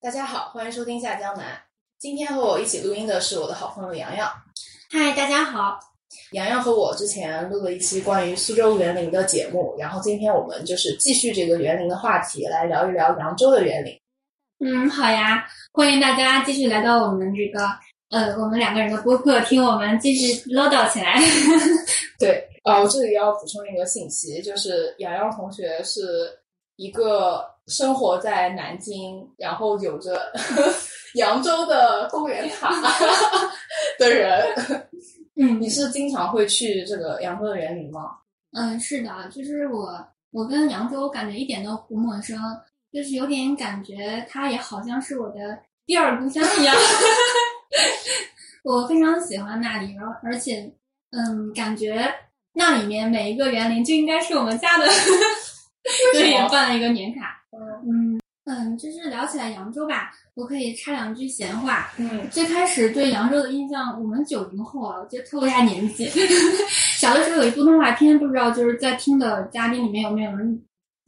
大家好，欢迎收听下江南。今天和我一起录音的是我的好朋友洋洋。嗨，大家好。洋洋和我之前录了一期关于苏州园林的节目，然后今天我们就是继续这个园林的话题，来聊一聊扬州的园林。嗯，好呀，欢迎大家继续来到我们这个呃，我们两个人的播客，听我们继续唠叨起来。 对，呃，我这里要补充一个信息，就是洋洋同学是一个生活在南京，然后有着 扬州的公园卡的人。嗯你是经常会去这个扬州的园林吗？嗯，是的，就是我，我跟扬州感觉一点都不陌生，就是有点感觉它也好像是我的第二故乡一样。 我非常喜欢那里，然后而且，嗯，感觉那里面每一个园林就应该 是我们家的，所以也办了一个年卡。嗯嗯，就是聊起来扬州吧，我可以插两句闲话。嗯，最开始对扬州的印象，我们九零后啊，我觉得透露一下年纪。 小的时候有一部动画片，不知道就是在听的嘉宾里面有没有人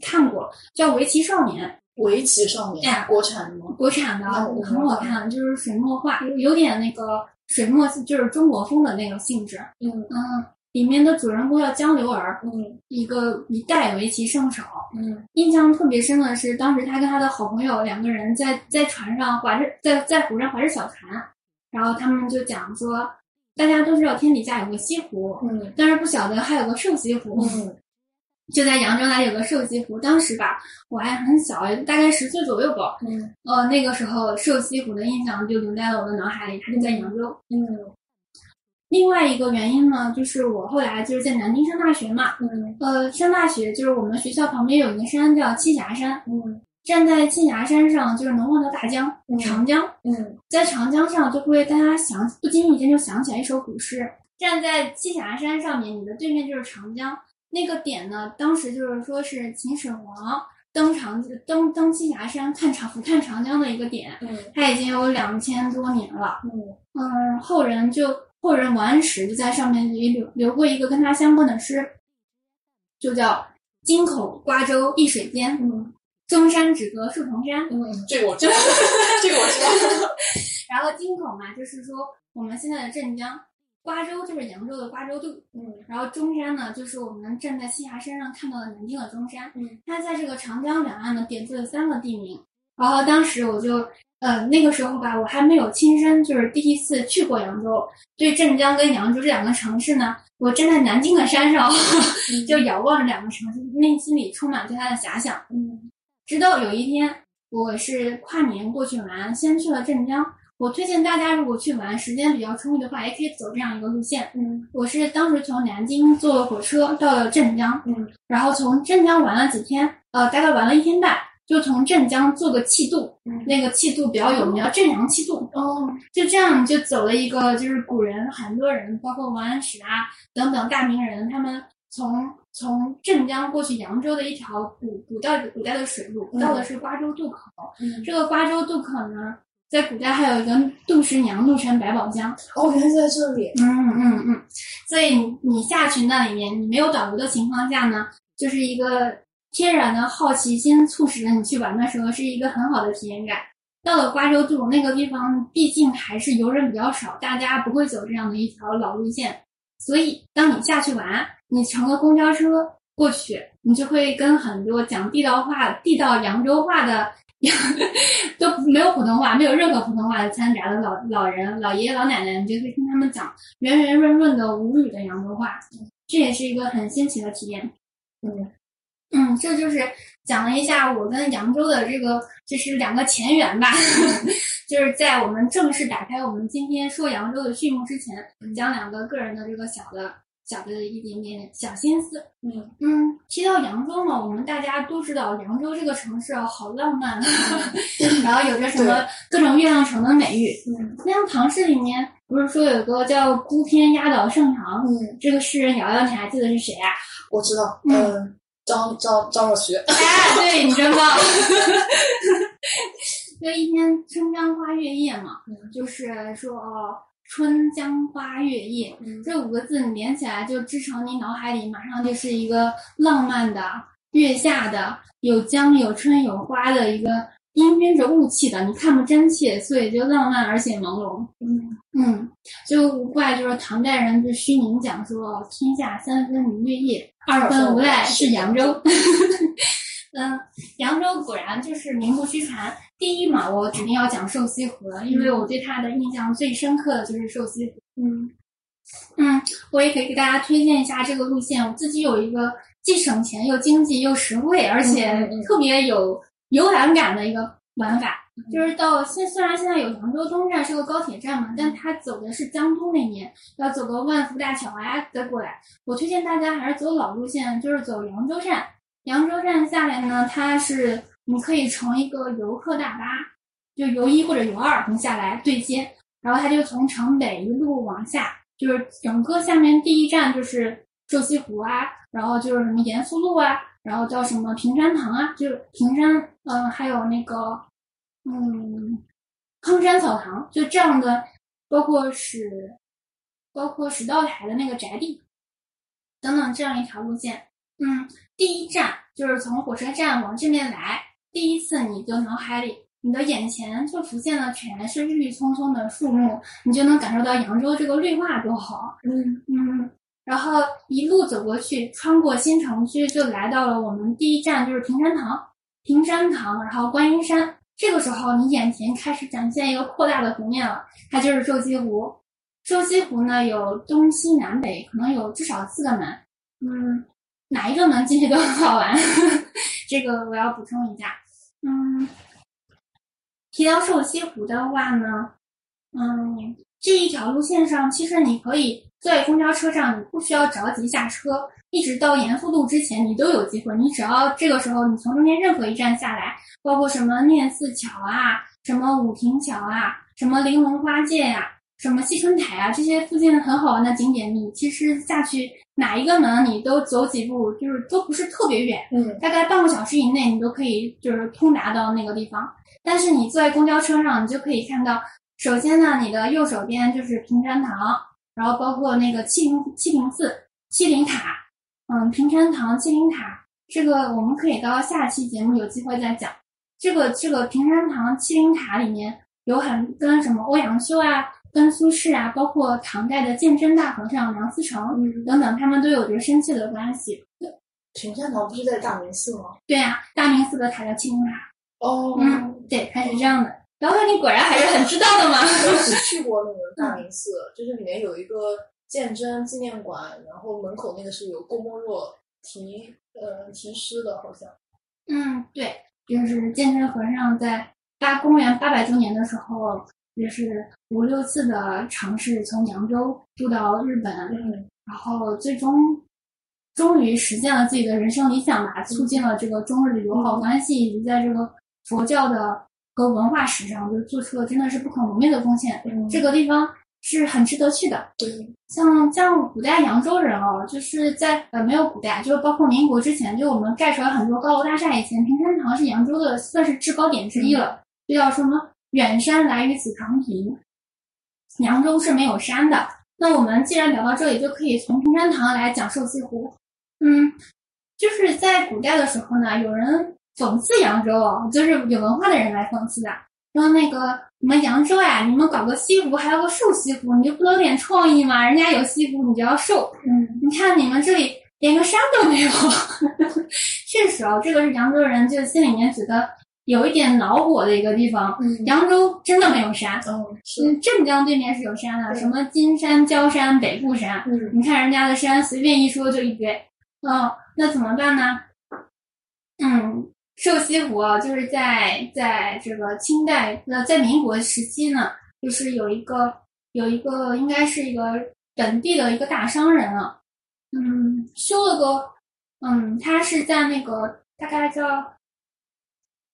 看过，叫《围棋少年围棋上面，哎国产的吗》，？国产的，啊嗯我很好看，就是水墨画，有点那个水墨就是中国风的那个性质。嗯嗯，里面的主人公叫江流儿，嗯一个一代围棋圣手。嗯印象特别深的是，当时他跟他的好朋友两个人在在船上划着，在在湖上划着小船，然后他们就讲说，大家都知道天底下有个西湖，嗯但是不晓得还有个瘦西湖，嗯就在扬州那里有个瘦西湖。当时吧，我还很小，大概十岁左右吧，嗯呃，那个时候瘦西湖的印象就留在了我的脑海里，它就在扬州。嗯另外一个原因呢，就是我后来就是在南京上大学嘛，嗯呃，上大学就是我们学校旁边有一个山叫栖霞山。嗯站在栖霞山上，就是能望到大江、嗯长江，嗯在长江上就会大家想不经意间就想起来一首古诗：站在栖霞山上面，你的对面就是长江。那个点呢，当时就是说是秦始皇登长登登栖霞山看长俯瞰长江的一个点，嗯它已经有两千多年了。嗯嗯，后人就后人王安石就在上面也留留过一个跟他相关的诗，就叫“京口瓜洲一水间”。嗯中山只隔树同山。嗯，这个我知 道，这个我知道。然后京口嘛，就是说我们现在的镇江，瓜州就是扬州的瓜州渡，嗯然后中山呢，就是我们站在栖霞山上看到的南京的中山。嗯它在这个长江两岸呢，点缀了三个地名。然后当时我就，呃，那个时候吧，我还没有亲身就是第一次去过扬州，对镇江跟扬州这两个城市呢，我站在南京的山上， 嗯就遥望着两个城市，内心里充满对它的遐想。嗯直到有一天，我是跨年过去玩，先去了镇江。我推荐大家，如果去玩，时间比较充裕的话，也可以走这样一个路线。嗯我是当时从南京坐了火车到了镇江，嗯然后从镇江玩了几天，呃，大概玩了一天半，就从镇江坐个气渡，嗯那个气渡比较有名，叫镇阳气渡。哦就这样就走了一个，就是古人很多人，包括王安石啊等等大名人，他们从从镇江过去扬州的一条古古代古代的水路，嗯到的是瓜州渡口。嗯，这个瓜州渡口呢，在古代还有一个杜十娘渡成百宝箱。哦，原来在这里。嗯嗯嗯，所以你你下去那里面，你没有导游的情况下呢，就是一个天然的好奇心促使着你去玩的时候，是一个很好的体验感。到了瓜州渡那个地方，毕竟还是游人比较少，大家不会走这样的一条老路线，所以当你下去玩，你乘个公交车过去，你就会跟很多讲地道话、地道扬州话的。 都没有普通话，没有任何普通话掺杂的老老人、老爷爷、老奶奶，你就会听他们讲圆圆润润的无语的扬州话，这也是一个很新奇的体验。嗯嗯，这就是讲了一下我跟扬州的这个，就是两个前缘吧。 就是在我们正式打开我们今天说扬州的序幕之前，讲两个个人的这个小的、小的一点点小心思。嗯嗯，提到扬州嘛，我们大家都知道扬州这个城市啊，好浪漫，然后有着什么各种月亮城的美誉。嗯那样唐诗里面不是说有个叫“孤篇压倒盛唐”，嗯，这个诗人瑶瑶，你还记得是谁啊呀、我知道。嗯，张张张若虚。哎，对你真棒！就一天春江花月夜嘛，嗯就是说哦，春江花月夜嗯这五个字你连起来就织成你脑海里，马上就是一个浪漫的、月下的、有江有春有花的一个氤氲着雾气的，你看不真切，所以就浪漫而且朦胧。嗯嗯，就无怪就是唐代人对虚宁讲说：“天下三分明月夜，二分无赖是扬州。” 嗯，扬州果然就是名不虚传。第一嘛，我指定要讲瘦西湖了，因为我对它的印象最深刻的就是瘦西湖。嗯嗯，我也可以给大家推荐一下这个路线。我自己有一个既省钱又经济又实惠，而且嗯嗯嗯特别有游览感的一个玩法。嗯就是到现虽然现在有扬州东站是个高铁站嘛，嗯但它走的是江都那边，要走个万福大桥啊再过来。我推荐大家还是走老路线，就是走扬州站。扬州站下来呢，它是你可以乘一个游客大巴，就游一或者游二，你下来对接，然后它就从城北一路往下，就是整个下面第一站就是瘦西湖啊，然后就是什么盐酥路啊，然后叫什么平山堂啊，就是平山，嗯，还有那个，嗯，康山草堂，就这样的，包括是包括石道台的那个宅地等等这样一条路线。嗯，第一站就是从火车站往这边来，第一次你就脑海里。你的眼前就浮现的全是郁郁葱葱的树木，你就能感受到扬州这个绿化多好。嗯嗯，然后一路走过去，穿过新城区，就来到了我们第一站，就是平山堂。平山堂，然后观音山。这个时候，你眼前开始展现一个扩大的湖面了，它就是瘦西湖。瘦西湖呢，有东西南北，可能有至少四个门。嗯，哪一个门进去都很好玩， 这个我要补充一下。嗯，提到瘦西湖的话呢，嗯，这一条路线上，其实你可以在公交车上，你不需要着急下车，一直到盐阜路之前，你都有机会。你只要这个时候，你从中间任何一站下来，包括什么念四桥啊，什么武亭桥啊，什么玲珑花界呀、什么西春台啊，这些附近很好玩的景点，你其实下去哪一个门你都走几步，就是都不是特别远。 嗯大概半个小时以内，你都可以就是通达到那个地方。但是你坐在公交车上，你就可以看到，首先呢，你的右手边就是平山堂，然后包括那个七零七零寺、七零塔，嗯，平山堂、七零塔，这个我们可以到下期节目有机会再讲。这个这个平山堂、七零塔里面有很跟什么欧阳修啊、跟苏轼啊，包括唐代的鉴真大和尚梁思成嗯，等等，他们都有着深切的关系。平山堂不是在大明寺吗？对啊，大明寺的塔叫七星塔。哦嗯，对，它是这样的。然后你果然还是很知道的嘛。 我只去过那个大明寺，就是里面有一个鉴真纪念馆，然后门口那个是有郭沫若题呃题诗的，好像。嗯，对，就是鉴真和尚在八公元八百周年的时候，就是五六次的尝试从扬州渡到日本，嗯然后最终终于实现了自己的人生理想吧，促进了这个中日友好关系，以及在这个佛教的和文化史上就做出了真的是不可磨灭的贡献。嗯这个地方是很值得去的。对，像像古代扬州人哦，就是在呃没有古代，就是包括民国之前，就我们盖出来很多高楼大厦，以前平山堂是扬州的算是制高点之一了，就叫什么“远山来于此长亭”，扬州是没有山的。那我们既然聊到这里，就可以从平山堂来讲瘦西湖。嗯，就是在古代的时候呢，有人讽刺扬州哦，就是有文化的人来讽刺的，说那个你们扬州呀、你们搞个西湖，还要个瘦西湖，你就不能有点创意吗？人家有西湖，你就要瘦。嗯你看你们这里连个山都没有。 这时候，这个是扬州人就心里面觉得有一点恼火的一个地方。嗯，扬州真的没有山，嗯是，嗯，镇江对面是有山的，对什么金山、焦山、北固山，嗯你看人家的山，随便一说就一堆。哦，那怎么办呢？嗯，瘦西湖啊，就是在在这个清代，那在民国时期呢，就是有一个有一个应该是一个本地的一个大商人啊，嗯，修了个，嗯，他是在那个大概叫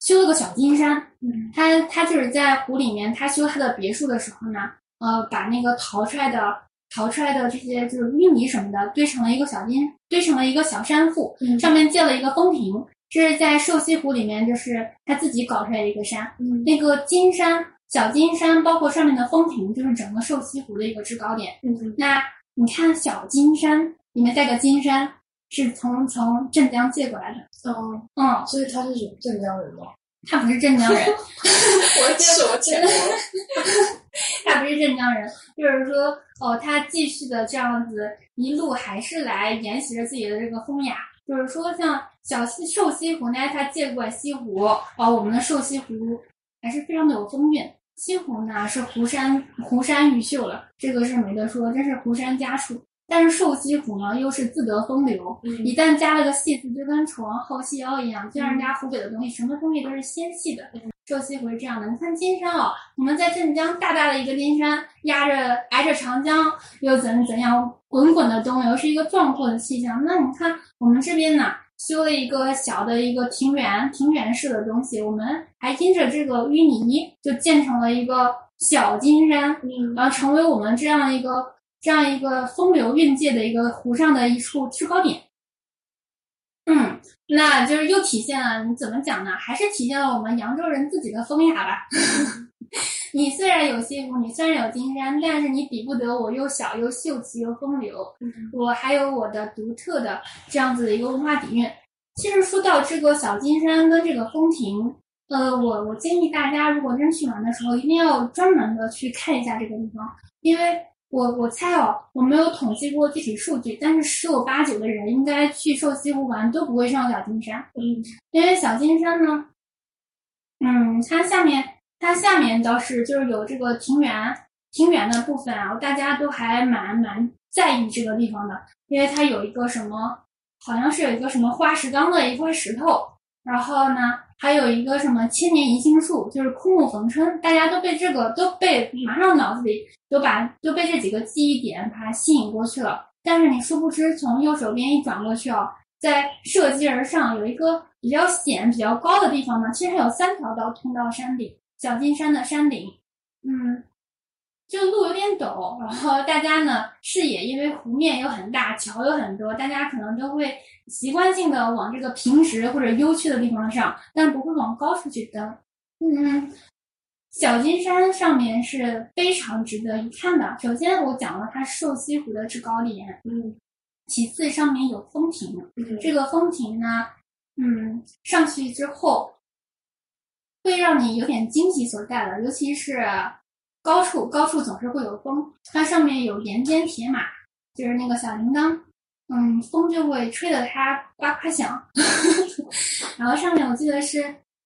修了个小金山，嗯他他就是在湖里面，他修他的别墅的时候呢，呃，把那个淘出来的淘出来的这些就是淤泥什么的，堆成了一个小金，堆成了一个小山腹，嗯上面建了一个风亭。这是在瘦西湖里面，就是他自己搞出来的一个山。嗯那个金山、小金山，包括上面的风亭，就是整个瘦西湖的一个制高点。嗯那你看小金山里面带个金山，是从从镇江借过来的。哦，嗯，所以他是镇江人吗？他不是镇江人， 我接受我浅薄了。 他不是镇江人，就是说，哦，他继续的这样子一路还是来沿袭着自己的这个风雅，就是说，像小西瘦西湖呢，它借过西湖，哦，我们的瘦西湖还是非常的有风韵。西湖呢是湖山湖山玉秀了，这个是没得说，真是湖山家树。但是瘦西湖呢又是自得风流，嗯一旦加了个戏字，就跟楚王后细腰一样，就让人家湖北的东西，什么东西都是纤细的。瘦西湖是这样的，你看金山哦，我们在镇江大大的一个金山，压着挨着长江，又怎怎样滚滚的东流，是一个壮阔的气象。那你看我们这边呢，修了一个小的一个庭园，庭园式的东西，我们还因着这个淤泥，就建成了一个小金山，嗯然后成为我们这样一个这样一个风流韵界的一个湖上的一处制高点。嗯，那就是又体现了你怎么讲呢？还是体现了我们扬州人自己的风雅吧。 你虽然有西湖，你虽然有金山，但是你比不得我又小又秀气又风流，嗯我还有我的独特的这样子的一个文化底蕴。其实说到这个小金山跟这个风亭，呃，我我建议大家如果真去玩的时候，一定要专门的去看一下这个地方，因为我我猜哦，我没有统计过具体数据，但是十有八九的人应该去瘦西湖玩都不会上小金山。嗯因为小金山呢，嗯，它下面它下面倒是就是有这个庭园，庭园的部分啊，大家都还蛮蛮在意这个地方的，因为它有一个什么，好像是有一个什么花石纲的一块石头，然后呢，还有一个什么千年一杏树，就是枯木逢春，大家都被这个都被马上脑子里都把都被这几个记忆点把它吸引过去了。但是你殊不知，从右手边一转过去哦，在射击而上有一个比较险、比较高的地方呢，其实还有三条道通到山顶，小金山的山顶。嗯，这个路有点陡，然后大家呢视野因为湖面有很大，桥有很多，大家可能都会习惯性的往这个平直或者幽区的地方上，但不会往高处去登。嗯，小金山上面是非常值得一看的。首先我讲了它瘦西湖的制高点，嗯其次上面有风亭，嗯这个风亭呢，嗯，上去之后会让你有点惊喜所在的，尤其是高处，高处总是会有风，它上面有沿间铁马，就是那个小铃铛，嗯，风就会吹得它呱呱响。 然后上面我记得是，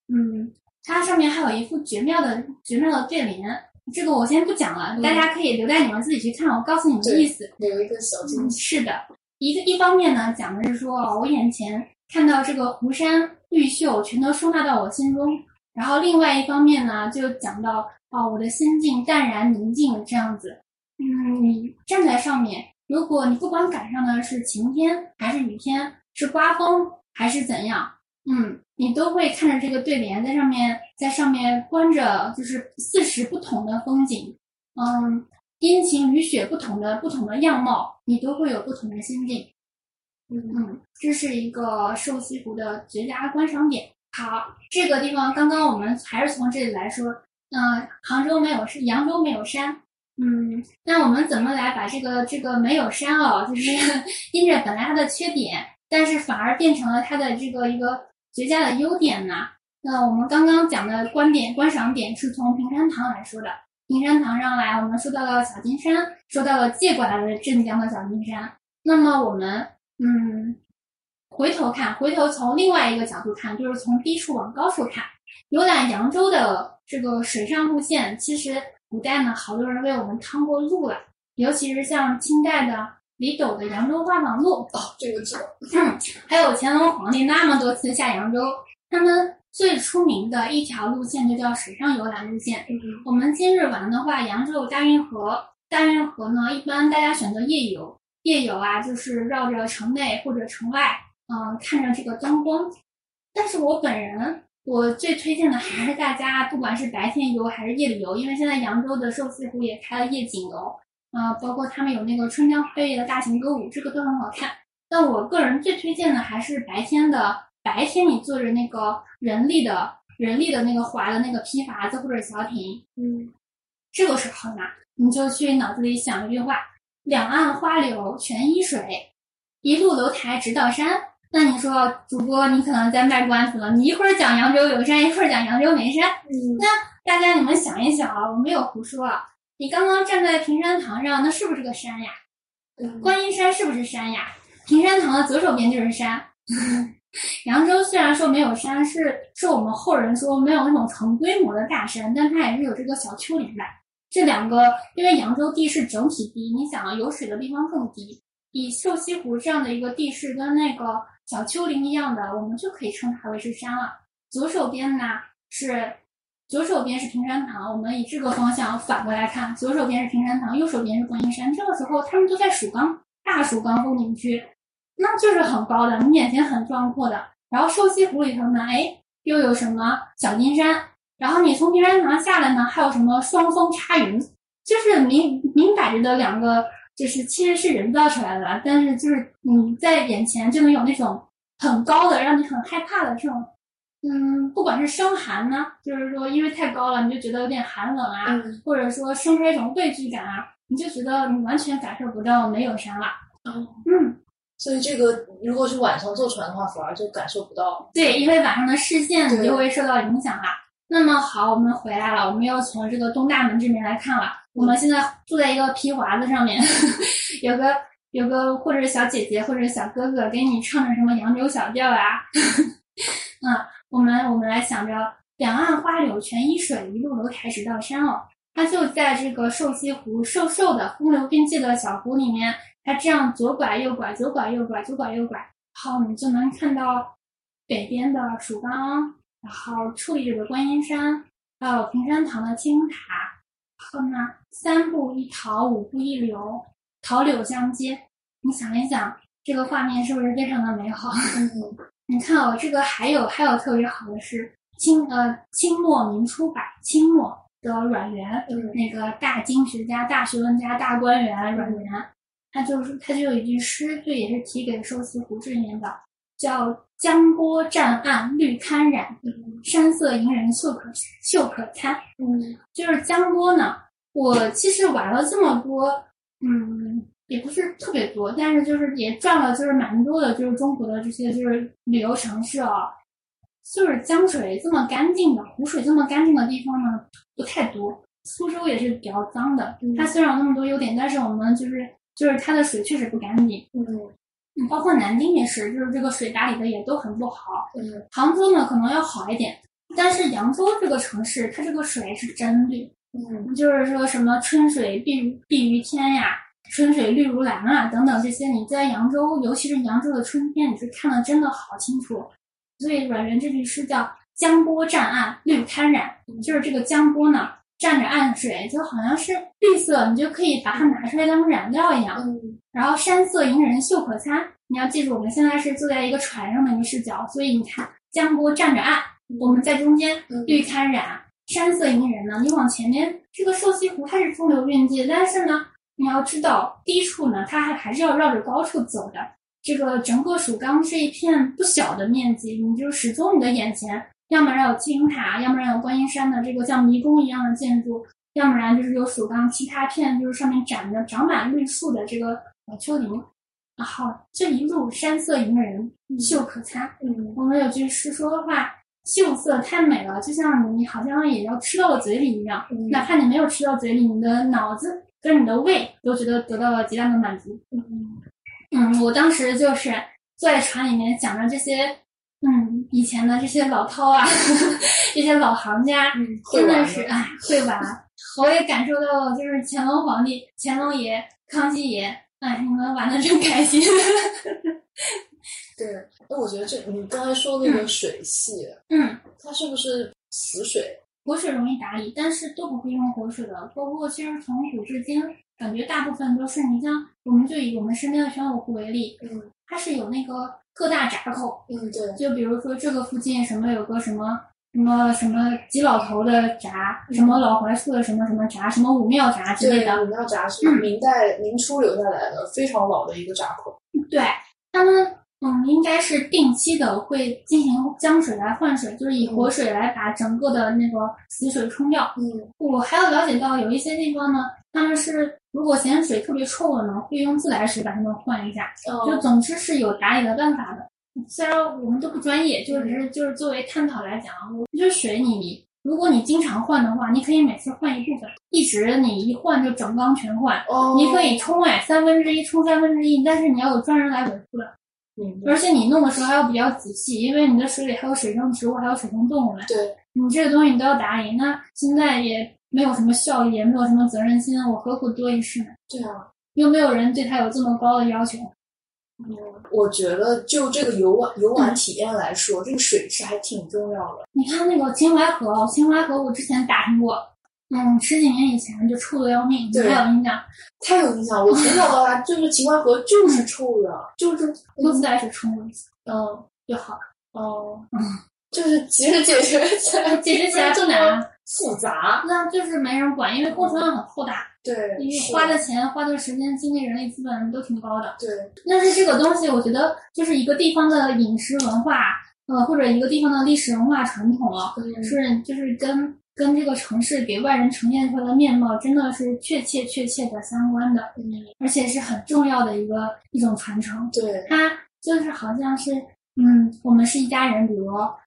嗯，它上面还有一副绝妙的绝妙的对联，这个我先不讲了，嗯大家可以留待你们自己去看，我告诉你们对意思。留一个小惊嗯，喜。是的，一个一方面呢，讲的是说，我眼前看到这个湖山绿秀，全都收纳到我心中；然后另外一方面呢，就讲到哦，我的心境淡然宁静这样子。嗯，你站在上面，如果你不管赶上的是晴天还是雨天，是刮风还是怎样，嗯，你都会看着这个对联在上面，在上面观着就是四时不同的风景，嗯，阴晴雨雪不同的不同的样貌，你都会有不同的心境。嗯嗯，这是一个瘦西湖的绝佳观赏点。好，这个地方刚刚我们还是从这里来说，嗯、杭州没有山，扬州没有山。嗯，那我们怎么来把这个这个没有山哦，就是 因着本来它的缺点，但是反而变成了它的这个一个绝佳的优点呢？那我们刚刚讲的观点观赏点是从平山堂来说的，平山堂上来，我们说到了小金山，说到了借过来的镇江的小金山。那么我们嗯，回头看，回头从另外一个角度看，就是从低处往高处看。浏览扬州的这个水上路线，其实古代呢，好多人为我们趟过路了，尤其是像清代的李斗的《扬州画舫录》，哦，这个知道。还有乾隆皇帝那么多次下扬州，他们最出名的一条路线就叫水上游览路线。嗯我们今日玩的话，扬州有大运河，大运河呢，一般大家选择夜游。夜游啊，就是绕着城内或者城外，嗯、看着这个灯光。但是我本人，我最推荐的还是大家，不管是白天游还是夜里游，因为现在扬州的瘦西湖也开了夜景游，啊、包括他们有那个春江飞跃的大型歌舞，这个都很好看。但我个人最推荐的还是白天的，白天你坐着那个人力的人力的那个划的那个皮筏子或者小艇，嗯这个时候呢，你就去脑子里想一句话：两岸花柳全依水，一路楼台直到山。那你说，主播你可能在卖关子了，你一会儿讲扬州有山，一会儿讲扬州没山。嗯，大家你们想一想啊，我没有胡说啊。你刚刚站在平山堂上，那是不是个山呀？嗯观音山是不是山呀？平山堂的左手边就是山。 扬州虽然说没有山，是是我们后人说没有那种成规模的大山，但它也是有这个小丘陵的。这两个，因为扬州地势整体低，你想啊，有水的地方更低。以瘦西湖这样的一个地势跟那个小丘陵一样的，我们就可以称它为是山了。左手边呢是左手边是平山堂，我们以这个方向反过来看，左手边是平山堂，右手边是观音山。这个时候他们都在蜀冈大蜀冈风景区，那就是很高的，你眼前很壮阔的。然后瘦西湖里头呢，哎，又有什么小金山？然后你从平山堂下来呢，还有什么双峰插云？就是明明摆着的两个，就是其实是人造出来的啦，但是就是你在眼前就能有那种很高的，让你很害怕的这种，嗯，不管是生寒呢，就是说因为太高了，你就觉得有点寒冷啊，嗯或者说生出来一种畏惧感啊，你就觉得你完全感受不到没有山了。嗯嗯，所以这个如果是晚上坐船的话，反而就感受不到。对，因为晚上的视线你对就会受到影响了。那么好，我们回来了，我们又从这个东大门这边来看了。我们现在坐在一个皮划子上面， 有个有个或者是小姐姐或者是小哥哥给你唱着什么扬州小调啊， 嗯，我们我们来想着两岸花柳全依水，一路楼台直到山哦。它就在这个瘦西湖瘦瘦的风流并济的小湖里面，它这样左拐右拐，左拐右拐，左拐右拐，好，你就能看到北边的蜀冈，然后矗立着的观音山，还有平山堂的青塔。然后呢，三步一桃，五步一柳，桃柳相接。你想一想，这个画面是不是非常的美好？ 嗯你看哦，这个还有还有特别好的是清呃清末民初吧，清末的阮元，嗯那个大经学家、大学问家、大官员阮元，他就是他就有一句诗，就也是题给瘦西湖这边的，叫“江波湛岸绿堪染，嗯山色迎人秀可秀可餐”。嗯就是江波呢，我其实玩了这么多，嗯，也不是特别多，但是就是也转了，就是蛮多的，就是中国的这些就是旅游城市哦，就是江水这么干净的，湖水这么干净的地方呢不太多。苏州也是比较脏的，嗯它虽然有那么多优点，但是我们就是就是它的水确实不干净，嗯嗯包括南京也是，就是这个水打理的也都很不好。嗯杭州呢可能要好一点，但是扬州这个城市，它这个水是真绿，嗯就是说什么春水碧如碧于天呀，春水绿如蓝啊等等这些，你在扬州，尤其是扬州的春天，你是看的真的好清楚。所以阮元这句诗叫“江波湛岸绿堪染”，就是这个江波呢蘸着岸水，就好像是绿色，你就可以把它拿出来当染料一样。嗯然后山色迎人秀可餐。你要记住，我们现在是坐在一个船上的一个视角，所以你看江波站着岸，我们在中间嗯，绿堪染，山色迎人呢。你往前面，这个瘦西湖它是风流韵迹，但是呢，你要知道低处呢，它还还是要绕着高处走的。这个整个蜀冈是一片不小的面积，你就始终你的眼前，要么然有青塔，要么然有观音山的这个像迷宫一样的建筑，要不然就是有蜀冈其他片，就是上面长着长满绿树的这个呃丘陵。然后这一路山色迎人，秀可餐。嗯我们有句诗说的话：“秀色太美了，就像你好像也要吃到了嘴里一样，嗯哪怕你没有吃到嘴里，你的脑子跟你的胃都觉得得到了极大的满足。”嗯嗯，我当时就是坐在船里面想着这些，嗯，以前的这些老饕啊， 这些老行家，嗯，真会玩的吗是哎，会玩。我也感受到了，就是乾隆皇帝、乾隆爷、康熙爷，哎，你们玩的真开心。 对。那我觉得这你刚才说那个水系，嗯，它是不是死水？活水容易打理，但是都不会用活水的。包括其实从古至今，感觉大部分都是你像我们就以我们身边的玄武湖为例，嗯它是有那个各大闸口，嗯，对，就比如说这个附近什么有个什么什么什么几老头的闸，什么老槐树的什么什么闸，什么武庙闸之类对的。的，武嗯庙闸是明代明初留下来的非常老的一个闸口。对，他们嗯，应该是定期的会进行江水来换水，就是以活水来把整个的那个死水冲掉。嗯我还有了解到有一些地方呢，他们是如果嫌水特别臭了呢，会用自来水把它们换一下。就嗯总之是有打理的办法的。虽然我们都不专业，就只是就是作为探讨来讲，我就是水你泥。如果你经常换的话，你可以每次换一部分，一直你一换就整缸全换。哦你可以冲哎，三分之一冲三分之一，但是你要有专人来维护的，明白而且你弄的时候还要比较仔细，因为你的水里还有水生植物，还有水生动物呢。对，你这个东西你都要打理，那现在也没有什么效益，也没有什么责任心，我何苦多一事呢？对啊，又没有人对它有这么高的要求。我觉得就这个游玩游玩体验来说，这个水质还挺重要的。你看那个秦淮河，秦淮河我之前打听过，嗯，十几年以前就臭的要命，你对还有印象？太有印象，我从小到大就是秦淮河就是臭的，就是多自来水冲过一次嗯就好了。哦 嗯，就是其实解决起来解决起来不这难么啊，复杂，那就是没人管，因为工程量很浩大，对，因为是花的钱、花的时间、精力、人力资本都挺高的。对但是这个东西，我觉得就是一个地方的饮食文化，呃，或者一个地方的历史文化传统啊，嗯是就是跟跟这个城市给外人呈现出来的面貌，真的是确切确切的相关的，而且是很重要的一个一种传承。对它就是好像是，嗯，我们是一家人，比如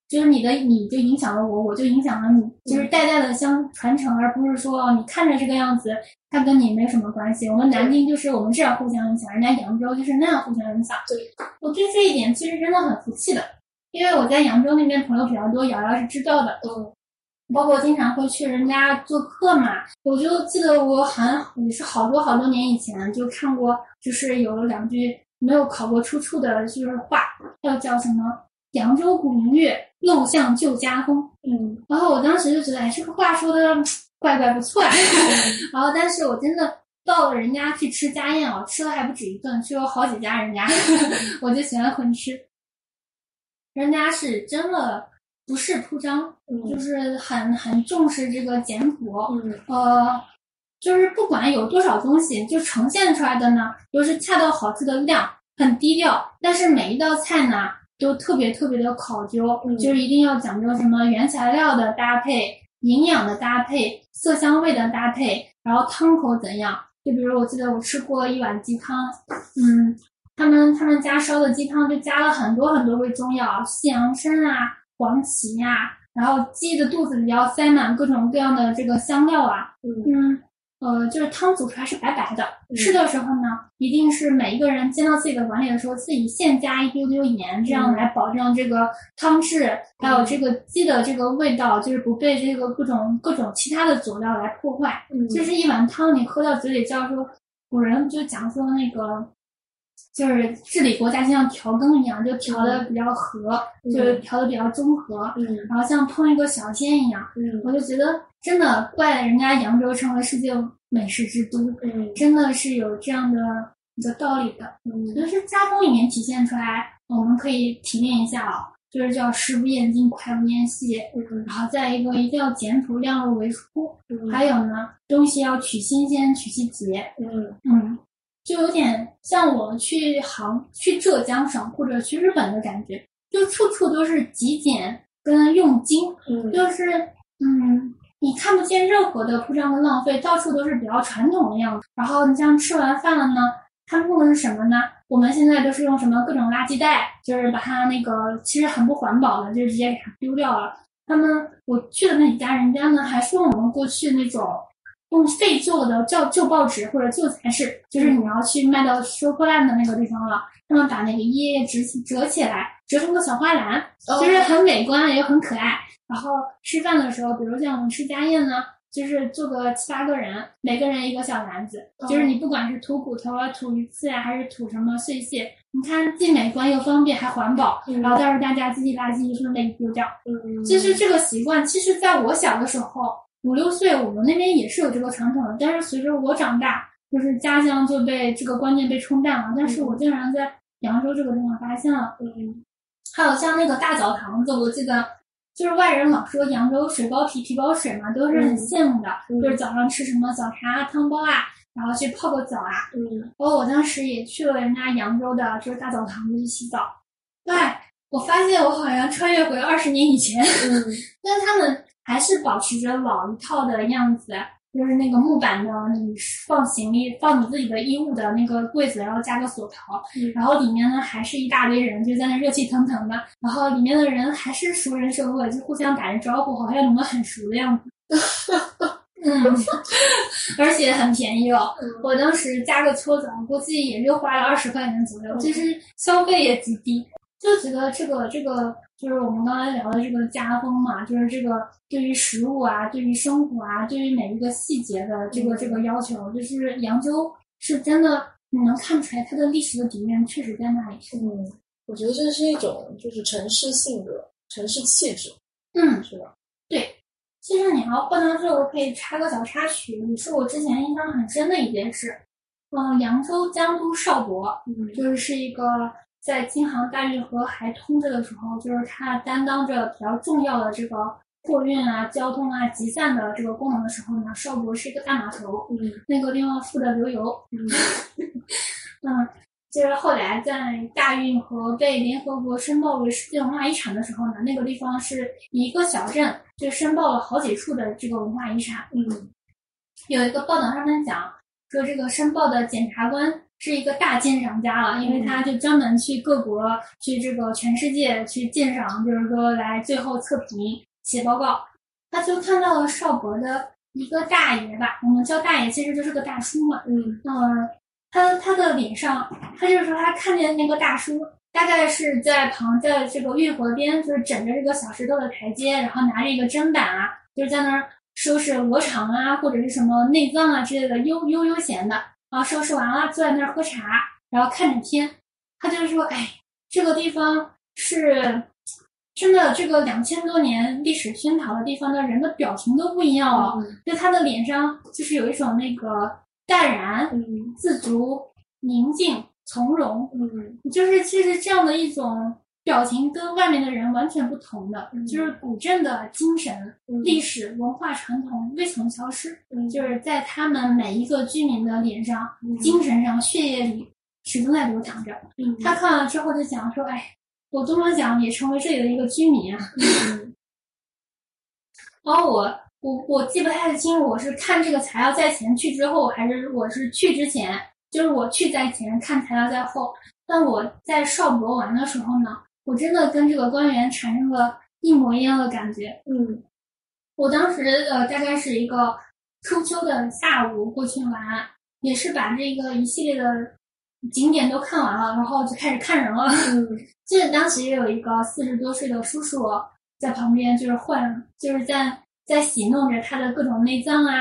就是你的你就影响了我，我就影响了你，就是代代的相传承，而不是说哦你看着这个样子，它跟你没什么关系。我们南京就是我们这样互相影响，人家扬州就是那样互相影响。对，我对这一点其实真的很服气的，因为我在扬州那边朋友比较多，瑶瑶是知道的。嗯包括经常会去人家做客嘛，我就记得我好像也是好多好多年以前就看过，就是有两句没有考过出处的，就是话，要叫什么“扬州古明月，陋巷旧家风”。嗯然后我当时就觉得，哎，这个话说的怪怪不错呀、啊然后，但是我真的到了人家去吃家宴哦，吃了还不止一顿，去了好几家人家， 我就喜欢混吃。人家是真的不是铺张，就嗯是很很重视这个简朴，嗯呃，就是不管有多少东西，就呈现出来的呢，都是恰到好处的量，很低调。但是每一道菜呢，都特别特别的考究，嗯就是一定要讲究什么原材料的搭配、营养的搭配、色香味的搭配，然后汤口怎样。就比如我记得我吃过一碗鸡汤，嗯，他们他们家烧的鸡汤就加了很多很多味中药，西洋参啊、黄芪啊呀、然后鸡的肚子里要塞满各种各样的这个香料啊，嗯嗯，呃，就是汤煮出来是白白的，嗯吃的时候呢，一定是每一个人煎到自己的碗里的时候，自己现加一丢丢盐，这样嗯来保证这个汤质，还有这个鸡的这个味道，就是不被这个各种各种其他的佐料来破坏。嗯就是一碗汤，你喝到嘴里叫说，古人就讲说那个，就是治理国家就像调羹一样，就调的比较和，嗯就是调的比较中和，嗯然后像烹一个小鲜一样，嗯我就觉得真的怪人家扬州成为世界美食之都，嗯真的是有这样的一个道理的。我觉嗯得是家风里面体现出来，我们可以提炼一下啊、就是叫食不厌精，快不厌细，嗯然后再一个一定要简朴，量入为出。嗯还有呢，东西要取新鲜，取其节。嗯嗯，就有点像我们去杭、去浙江省或者去日本的感觉，就处处都是极简跟用精，嗯就是嗯，你看不见任何的铺张跟浪费，到处都是比较传统的样子。然后你像吃完饭了呢，他们用的是什么呢？我们现在都是用什么各种垃圾袋，就是把它那个其实很不环保的，就直接给它丢掉了。他们我去的那几家人家呢，还是用我们过去那种用废旧的旧旧报纸或者旧杂志，就是你要去卖到收破烂的那个地方了。他们把那个一页折起折起来，折成个小花篮，就是很美观也很可爱。然后吃饭的时候，比如像我们吃家宴呢，就是坐个七八个人，每个人一个小篮子，哦就是你不管是吐骨头啊、吐鱼刺啊，还是吐什么碎屑，你看既美观又方便，还环保。嗯然后到时候大家自己垃圾一分类丢掉，嗯就是这个习惯。其实，在我小的时候，五六岁，我们那边也是有这个传统的，但是随着我长大，就是家乡就被这个观念被冲淡了。但是我竟然在扬州这个地方发现了。嗯还有像那个大澡堂子，我记得就是外人老说扬州水包皮皮包水嘛，都是很羡慕的，嗯就是早上吃什么早茶啊、汤包啊，然后去泡个澡啊。嗯然后我当时也去了人家扬州的，就是大澡堂子去洗澡。哎，我发现我好像穿越回二十年以前，嗯但是他们还是保持着老一套的样子，啊就是那个木板的，你放行李、放你自己的衣物的那个柜子，然后加个锁槽，嗯然后里面呢还是一大堆人，就在那热气腾腾的，然后里面的人还是熟人熟客，就互相打着招呼，好像你们很熟的样子。嗯， 而且很便宜哦，嗯我当时加个搓澡，估计也就花了二十块钱左右，就是消费也极低，就觉得这个这个就是我们刚才聊的这个家风嘛，就是这个对于食物啊，对于生活啊，对于每一个细节的这个嗯这个要求，就是扬州是真的，你能看出来它的历史的底蕴确实在那里。嗯，我觉得这是一种就是城市性格、城市气质，嗯，是吧？其实你要换到这，我可以插个小插曲，也是我之前印象很深的一件事。嗯，扬州江都邵伯，嗯就是是一个在京杭大运河还通着的时候，就是它担当着比较重要的这个货运啊、交通啊、集散的这个功能的时候呢，邵伯是一个大码头，嗯那个地方富得流油。嗯嗯，就是后来在大运河被联合国申报为世界文化遗产的时候呢，那个地方是一个小镇，就申报了好几处的这个文化遗产。嗯有一个报道上面讲说，这个申报的检察官是一个大鉴赏家了，因为他就专门去各国、去这个全世界去鉴赏，就是说来最后测评、写报告。他就看到了邵伯的一个大爷吧，我们叫大爷，其实就是个大叔嘛。嗯嗯，他他的脸上，他就是说他看见那个大叔，大概是在旁在这个运河边，就是枕着这个小石头的台阶，然后拿着一个砧板啊，就是在那儿收拾鹅肠啊或者是什么内脏啊之类的悠悠悠闲的，然后收拾完了坐在那儿喝茶，然后看着天，他就说，哎，这个地方是。真的，这个两千多年历史熏陶的地方的人的表情都不一样嗯哦，就他的脸上就是有一种那个淡然、嗯自足、宁静、从容，嗯就是就是这样的一种表情，跟外面的人完全不同的。嗯就是古镇的精神、嗯历史文化传统未曾消失，嗯就是在他们每一个居民的脸上、嗯精神上、血液里始终在流淌着。嗯他看了之后就想说：“哎，我多么想也成为这里的一个居民啊！”嗯然后我我我记不太清，我是看这个材料在前去之后，还是我是去之前，就是我去在前看材料在后。但我在邵博玩的时候呢，我真的跟这个官员产生了一模一样的感觉。嗯我当时呃大概是一个初秋的下午过去玩，也是把这个一系列的景点都看完了，然后就开始看人了。嗯记得当时也有一个四十多岁的叔叔在旁边，就是换，就是在在洗弄着他的各种内脏啊。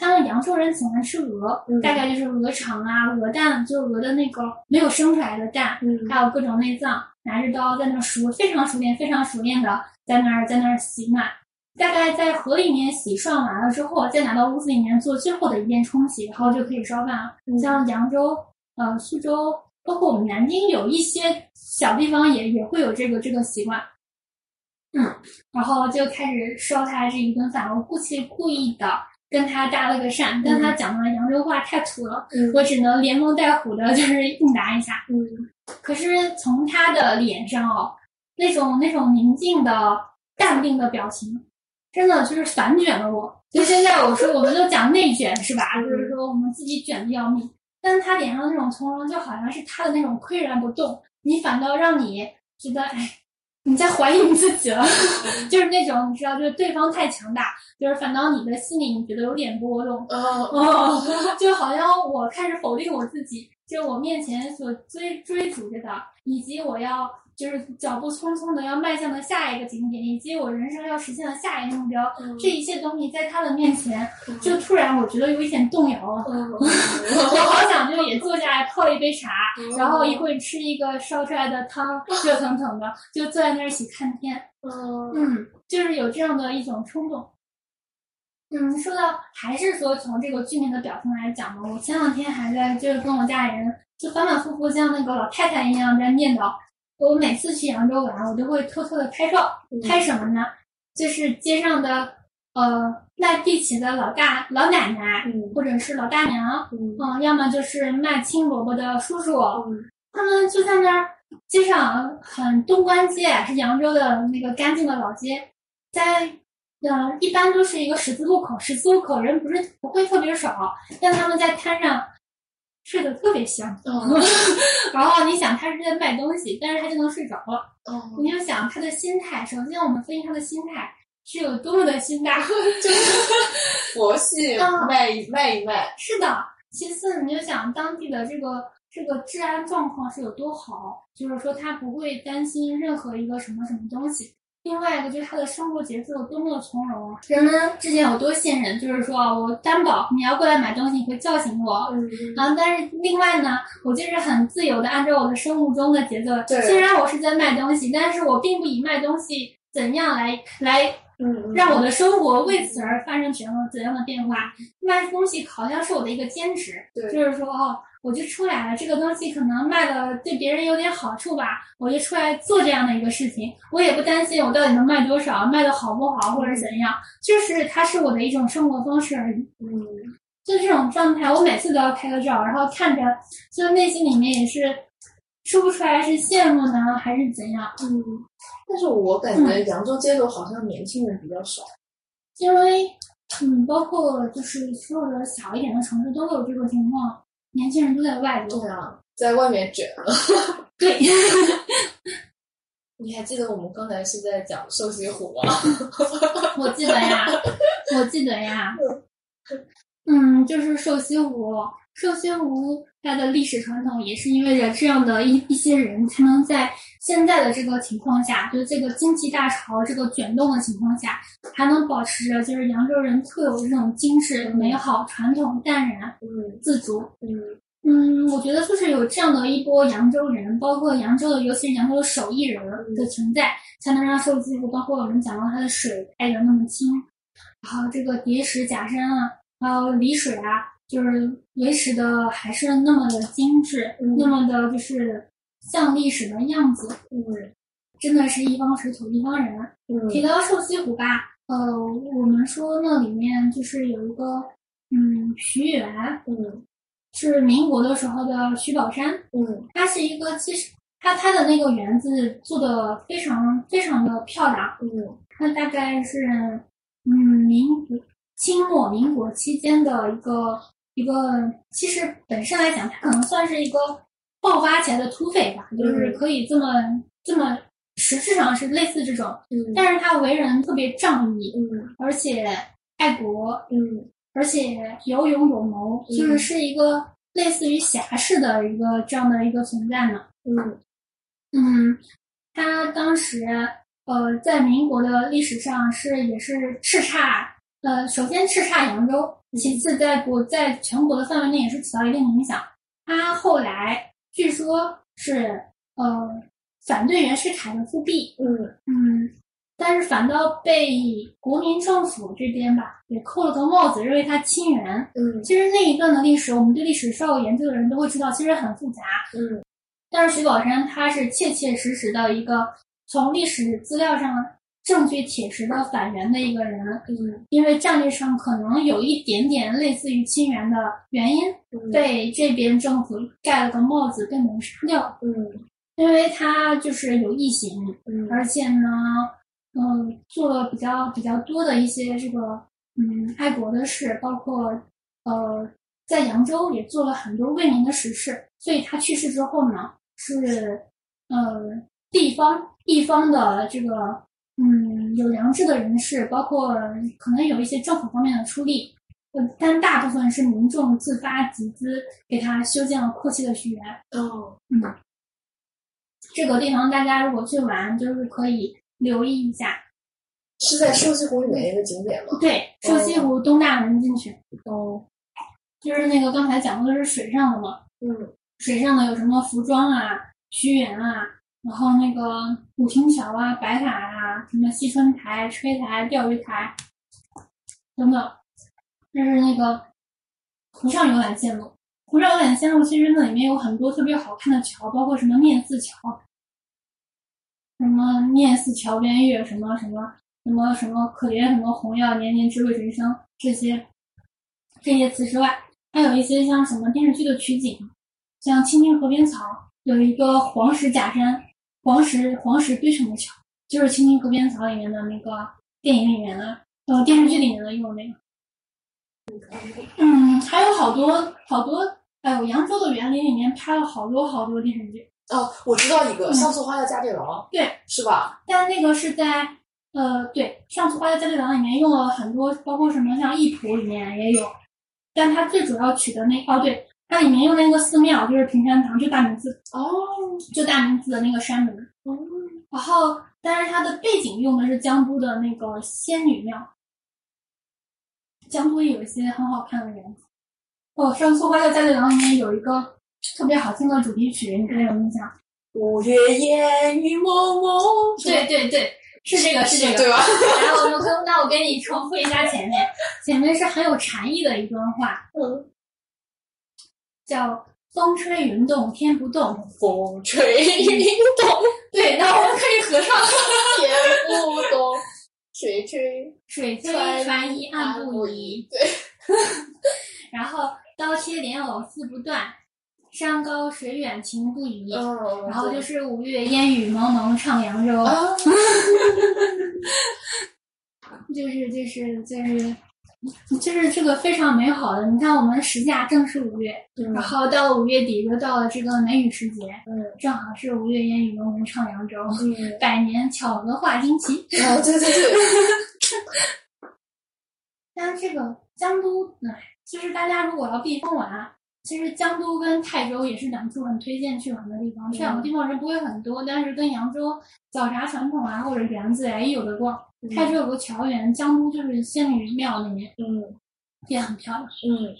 他们扬州人喜欢吃鹅，嗯大概就是鹅肠啊、鹅蛋，就是鹅的那个没有生出来的蛋，嗯还有各种内脏，拿着刀在那熟，非常熟练、非常熟练的在那儿在那儿洗码。大概在河里面洗涮完了之后，再拿到屋子里面做最后的一遍冲洗，然后就可以烧饭了。嗯像扬州、呃苏州，包括我们南京有一些小地方也也会有这个这个习惯。嗯，然后就开始烧他这一顿饭。我故其故意的跟他搭了个讪，但他讲的扬州话太土了，嗯我只能连蒙带唬的，就是应答一下。嗯可是从他的脸上哦，那种那种宁静的、淡定的表情，真的就是反卷了我。就现在我说，我们都讲内卷是吧？就是说我们自己卷的要命，但是他脸上那种从容，就好像是他的那种岿然不动，你反倒让你觉得哎。你在怀疑你自己了， 就是那种你知道，就是对方太强大，就是反倒你的心里你觉得有点波动，哦哦， 就好像我开始否定我自己，就是我面前所追追逐着的，以及我要就是脚步匆匆的要迈向的下一个景点，以及我人生要实现的下一个目标，这一切东西在他的面前，就突然我觉得有一点动摇了。嗯我好想就也坐下来泡一杯茶，然后一会儿吃一个烧出来的汤，热腾腾的，就坐在那儿一起看天。嗯嗯，就是有这样的一种冲动。嗯，说到还是说从这个居民的表情来讲嘛，我前两天还在就是跟我家里人就反反复复像那个老太太一样在念叨，我每次去扬州玩，我都会偷偷的拍照，嗯拍什么呢？就是街上的呃卖地痞的老大老奶奶，嗯或者是老大娘，嗯嗯，要么就是卖青萝卜的叔叔，嗯他们就在那儿街上，很东关街是扬州的那个干净的老街，在嗯，一般都是一个十字路口，十字路口人不是不会特别少，但他们在摊上睡得特别香。 嗯然后你想他是在卖东西，但是他就能睡着了。嗯，你就想他的心态，首先我们分析他的心态是有多么的心大。佛系啊卖一卖一卖，是的，其次你就想当地的这个这个治安状况是有多好，就是说他不会担心任何一个什么什么东西。另外一个就是他的生活节奏多么的从容，人们之间有多信任，就是说啊我担保你要过来买东西，你会叫醒我，嗯，然后，但是另外呢，我就是很自由的按照我的生物钟的节奏。对虽然我是在卖东西，但是我并不以卖东西怎样来来嗯让我的生活为此而发生怎样的怎样的变化。卖东西好像是我的一个兼职，对就是说哦，我就出来了，这个东西可能卖的对别人有点好处吧，我就出来做这样的一个事情，我也不担心我到底能卖多少，卖的好不好或者怎样，就是它是我的一种生活方式而已。嗯就这种状态，我每次都要拍个照，然后看着，就内心里面也是说不出来是羡慕呢还是怎样，嗯，但是我感觉扬州街头好像年轻人比较少，因为嗯，包括就是所有的小一点的城市都会有这种情况，年轻人都在外地。对啊，在外面卷了。对， 你还记得我们刚才是在讲瘦西湖吗？ 我记得呀，我记得呀，嗯，就是瘦西湖，瘦西湖它的历史传统也是因为着这样的一一些人，才能在现在的这个情况下，就是这个经济大潮这个卷动的情况下，还能保持着就是扬州人特有的这种精神、美好、传统、淡然、嗯自足。嗯嗯，我觉得就是有这样的一波扬州人，包括扬州的，尤其是扬州的手艺人的存在，才能让寿司湖，包括我们讲到它的水带的那么清，然后这个叠石假山啊，还有里水啊，就是维持的还是那么的精致，嗯那么的就是像历史的样子，嗯真的是一方水土一方人。提嗯到瘦西湖吧，呃，我们说那里面就是有一个嗯徐园。嗯是民国的时候的徐宝山，嗯它是一个其实它它的那个园子做的非常非常的漂亮，嗯它大概是嗯民国清末民国期间的一个一个，其实本身来讲，它可能算是一个爆发起来的土匪吧，就是嗯可以这么这么实质上是类似这种，嗯但是他为人特别仗义，嗯而且爱国，嗯而且有勇有谋，嗯就是是一个类似于侠士的一个这样的一个存在嘛。嗯嗯，他当时呃在民国的历史上是也是叱咤，呃，首先叱咤扬州，其次在国在全国的范围内也是起到一定影响。他后来据说是呃反对袁世凯的复辟，嗯嗯，但是反倒被国民政府这边吧给扣了个帽子，认为他亲元。嗯其实那一段的历史，我们对历史稍有研究的人都会知道，其实很复杂。嗯但是徐宝山他是切切实实的一个从历史资料上正确铁实的反元的一个人，嗯因为战略上可能有一点点类似于亲元的原因，嗯被这边政府盖了个帽子被抹杀掉，嗯因为他就是有异形。嗯而且呢，嗯，做了比较比较多的一些这个嗯爱国的事，包括呃在扬州也做了很多为民的实事。所以他去世之后呢，是呃地方地方的这个嗯有良知的人士，包括可能有一些政府方面的出力。呃但大部分是民众自发集资给他修建了阔气的学园，哦这个地方大家如果去玩，就是可以留意一下。是在瘦西湖里面一个景点吗？对，瘦西湖东大门进去，哦就是那个刚才讲过的是水上的嘛，嗯水上的有什么服装啊、屈原啊，然后那个古亭桥啊、白塔啊，什么西春台、吹台、钓鱼台等等，这是那个湖上游览线路。湖上游览线路其实那里面有很多特别好看的桥，包括什么念四桥，什么念四桥边月，什么什么什么什么可怜什么红药，年年知为谁生这些这些词之外，还有一些像什么电视剧的取景，像《青青河边草》有一个黄石假山，黄石黄石堆成的桥，就是《青青河边草》里面的那个电影里面的呃，电视剧里面的用那个。嗯，还有好多好多，哎呦，扬州的园林里面拍了好多好多电视剧，哦，我知道一个嗯《像素花的加倍郎》，对，是吧？但那个是在呃，对，上次《花家家对郎》里面用了很多，包括什么像《易谱》里面也有，但它最主要取的那哦，对，它里面用那个寺庙就是平山堂，就大明寺，哦，就大明寺的那个山门，然后但是它的背景用的是江都的那个仙女庙，江都也有一些很好看的园子。哦，上次《花家家对郎》里面有一个特别好听的主题曲，你还有印象？五月烟雨蒙蒙，是吧对对对，是这个，是这个。对吧？来，我们跟那我跟你重复一下前面，前面是很有禅意的一段话，嗯叫“风吹云动天不动风吹云 动，”。对，那我们可以合唱： 天不动，水 吹水飞船移岸不移，。对，然后刀切莲藕丝不断，山高水远情不移。嗯，然后就是是五月烟雨蒙蒙唱扬 州，啊，就是就是就是就是这个非常美好的。你看，我们时下正是五月，然嗯后到了五月底就到了这个梅雨时节，嗯正好是五月烟雨蒙蒙唱扬州，嗯，百年巧合话惊奇。啊，对对对， 但是这个江都，哎，就是大家如果要避风玩，其实江都跟泰州也是两处很推荐去玩的地方。这两个地方人不会很多，但是跟扬州早茶传统啊或者园子呀也有的逛。泰州有个桥园，江都就是仙女庙里面嗯也很漂亮，嗯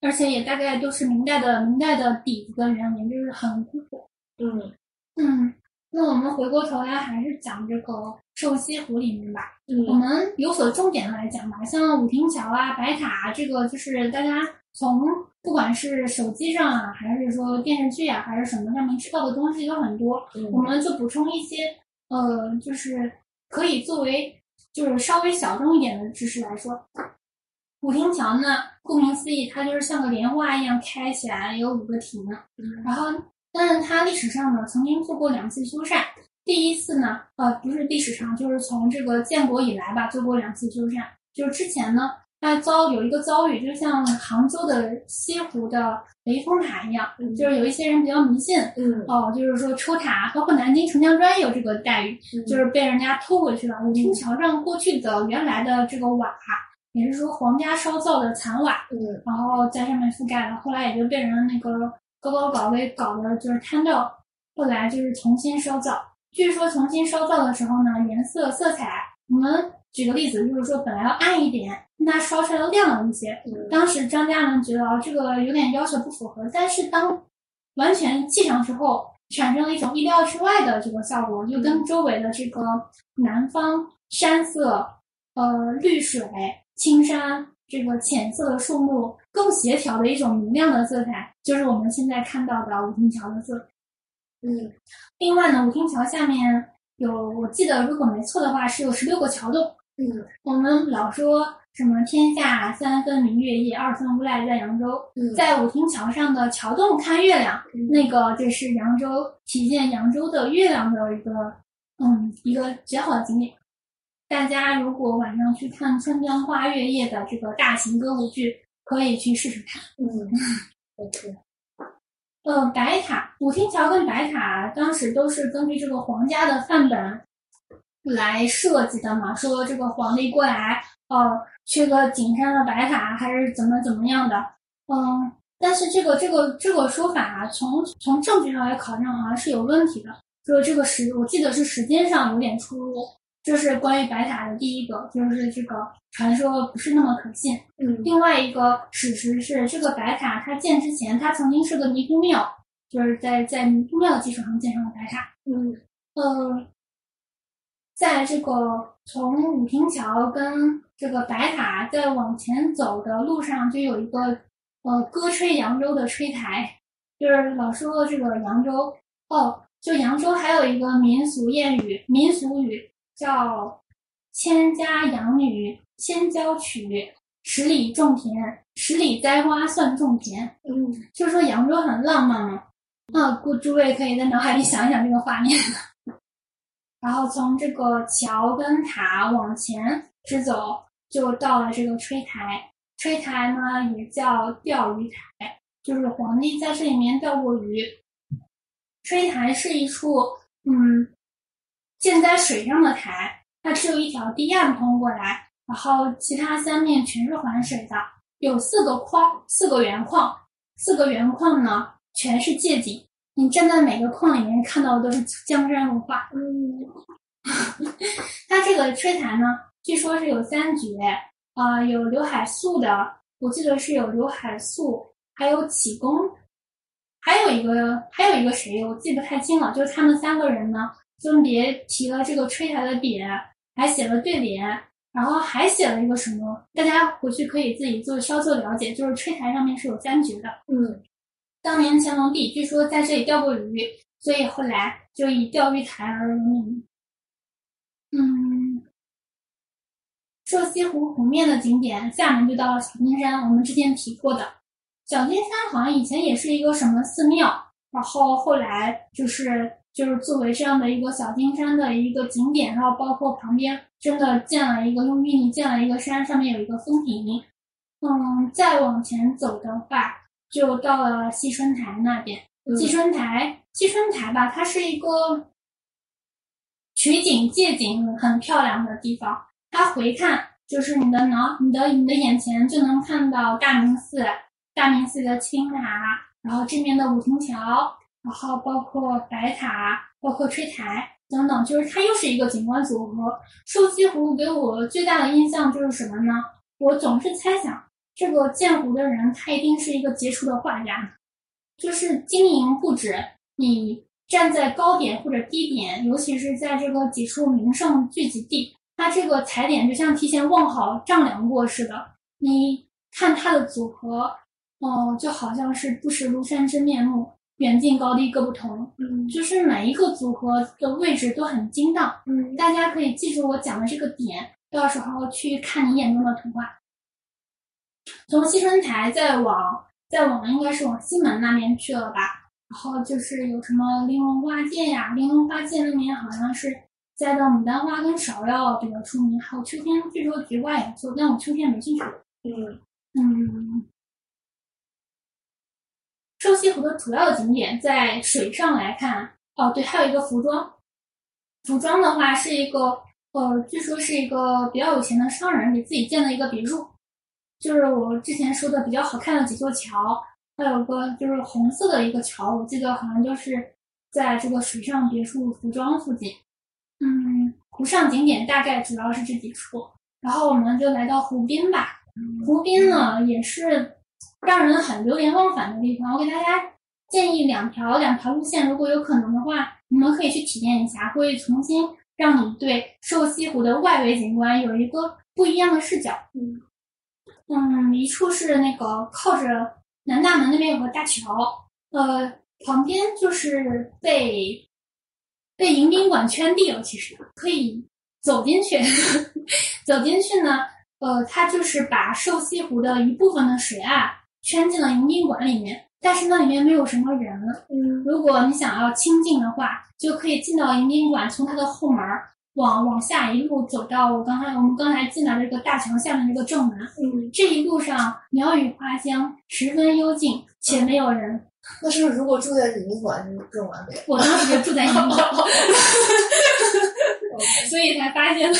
而且也大概都是明代的明代的底子的园林，就是很古朴。嗯嗯，那我们回过头来还是讲这个瘦西湖里面吧。我嗯们由所重点的来讲吧，像武亭桥啊、白塔啊这个，就是大家从不管是手机上啊，还是说电视剧啊，还是什么上面知道的东西有很多。嗯我们就补充一些，呃，就是可以作为就是稍微小众一点的知识来说。武亭桥呢，顾名思义，它就是像个莲花一样开起来，有五个亭啊。然后，但是它历史上呢，曾经做过两次修缮。第一次呢，呃，不是历史上，就是从这个建国以来吧，做过两次修缮。就是之前呢，它遭有一个遭遇，就像杭州的西湖的雷峰塔一样，嗯就是有一些人比较迷信，嗯，哦，就是说抽塔，包括南京城墙砖也有这个待遇，就是是被人家偷回去了。武亭桥上过去的原来的这个瓦，也是说皇家烧造的残瓦，嗯然后在上面覆盖了，后来也就被人那个高高搞给搞的，就是摊掉，后来就是重新烧造。据说重新烧造的时候呢，颜色色彩，我们举个例子，就是说本来要暗一点，那烧出来又亮了一些。嗯当时张家伦觉得啊这个有点要求不符合，但是当完全砌上之后，产生了一种意料之外的这个效果，就跟周围的这个南方山色、呃绿水、青山、这个浅色的树木更协调的一种明亮的色彩，就是我们现在看到的武亭桥的色彩嗯另外呢，武亭桥下面有，我记得如果没错的话，是有十六个桥洞。嗯我们老说什么“天下三分明月夜，二分无赖在扬州”。嗯，在武亭桥上的桥洞看月亮，嗯那个这是扬州体现扬州的月亮的一个嗯一个绝好的景点。大家如果晚上去看春江花月夜的这个大型歌舞剧，可以去试试看。嗯，OK，呃，白塔，武亭桥跟白塔当时都是根据这个皇家的范本来设计的嘛，说这个皇帝过来，呃，去个景山的白塔还是怎么怎么样的，嗯，但是这个这个这个说法啊，从从证据上来考证，好像是有问题的，说这个时我记得是时间上有点出入，这是关于白塔的第一个，就是这个传说不是那么可信。嗯另外一个史实是，这个白塔它建之前，它曾经是个尼姑庙，就是在在尼姑庙的基础上建成了白塔。嗯呃，在这个从武亭桥跟这个白塔再往前走的路上，就有一个呃歌吹扬州的吹台，就是老说这个扬州哦，就扬州还有一个民俗谚语，民俗语叫“千家养女千娇曲，十里种田十里栽花算种田”。嗯就是说扬州很浪漫嘛。那诸诸位可以在脑海里想一想这个画面。 然后从这个桥跟塔往前直走，就到了这个吹台。吹台呢也叫钓鱼台，就是皇帝在这里面钓过鱼。吹台是一处嗯建在水上的台，它只有一条堤岸通过来，然后其他三面全是环水的，有四个框，四个圆框，四个圆框呢全是借景。你站在每个框里面看到的都是江山如画。嗯， 它这个吹台呢，据说是有三绝，啊、有刘海粟的，我记得是有刘海粟，还有启功，还有一个还有一个谁，我记不太清了。就是他们三个人呢，分别提了这个吹台的匾，还写了对联，然后还写了一个什么，大家回去可以自己做稍作了解。就是吹台上面是有三绝的。嗯，当年乾隆帝据说在这里钓过鱼，所以后来就以钓鱼台而闻名。嗯，瘦西湖湖面的景点，厦门就到了小金山，我们之前提过的。小金山好像以前也是一个什么寺庙，然后后来就是就是作为这样的一个小金山的一个景点，然后包括旁边真的建了一个用淤泥建了一个山，上面有一个风亭。嗯，再往前走的话，就到了西春台那边。嗯西春台，西春台吧，它是一个取景借景很漂亮的地方。它回看，就是你的脑、你的、你的眼前就能看到大明寺，大明寺的青塔，然后这面的五亭桥，然后包括白塔，包括吹台等等，就是它又是一个景观组合。瘦西湖给我最大的印象就是什么呢？我总是猜想。这个建湖的人，他一定是一个杰出的画家，就是经营不止。你站在高点或者低点，尤其是在这个几处名胜聚集地，它这个踩点就像提前望好、丈量过似的。你看它的组合，哦、就好像是不识庐山真面目，远近高低各不同。嗯就是每一个组合的位置都很精当。嗯大家可以记住我讲的这个点，到时候去看你眼中的图画。从西春台再往再往，应该是往西门那边去了吧？然后就是有什么玲珑花界呀、玲珑花界那边好像是栽的牡丹花跟芍药比较出名，还有秋天据说菊花也不错，但我秋天没兴趣。嗯嗯，瘦西湖的主要景点在水上来看，哦，对，还有一个服装。服装的话是一个，呃，据说是一个比较有钱的商人给自己建的一个别墅，就是我之前说的比较好看的几座桥，还有个就是红色的一个桥，我记得好像就是在这个水上别墅服装附近。嗯，湖上景点大概主要是这几处，然后我们就来到湖边吧。湖边呢也是让人很流连忘返的地方。我给大家建议两条两条路线，如果有可能的话，你们可以去体验一下，会重新让你对瘦西湖的外围景观有一个不一样的视角。嗯嗯，一处是那个靠着南大门那边有个大桥，呃，旁边就是被被迎宾馆圈地了，其实可以走进去， 走进去呢，呃，它就是把瘦西湖的一部分的水岸圈进了迎宾馆里面，但是那里面没有什么人。嗯如果你想要清静的话，就可以进到迎宾馆，从它的后门儿往往下一路走到我刚才我们刚才进来这个大桥下面这个正门。嗯，这一路上鸟语花香，十分幽静，且没有人。那是不是如果住在旅馆就更完美了？我当时就住在营哦 地， 所以才发现了。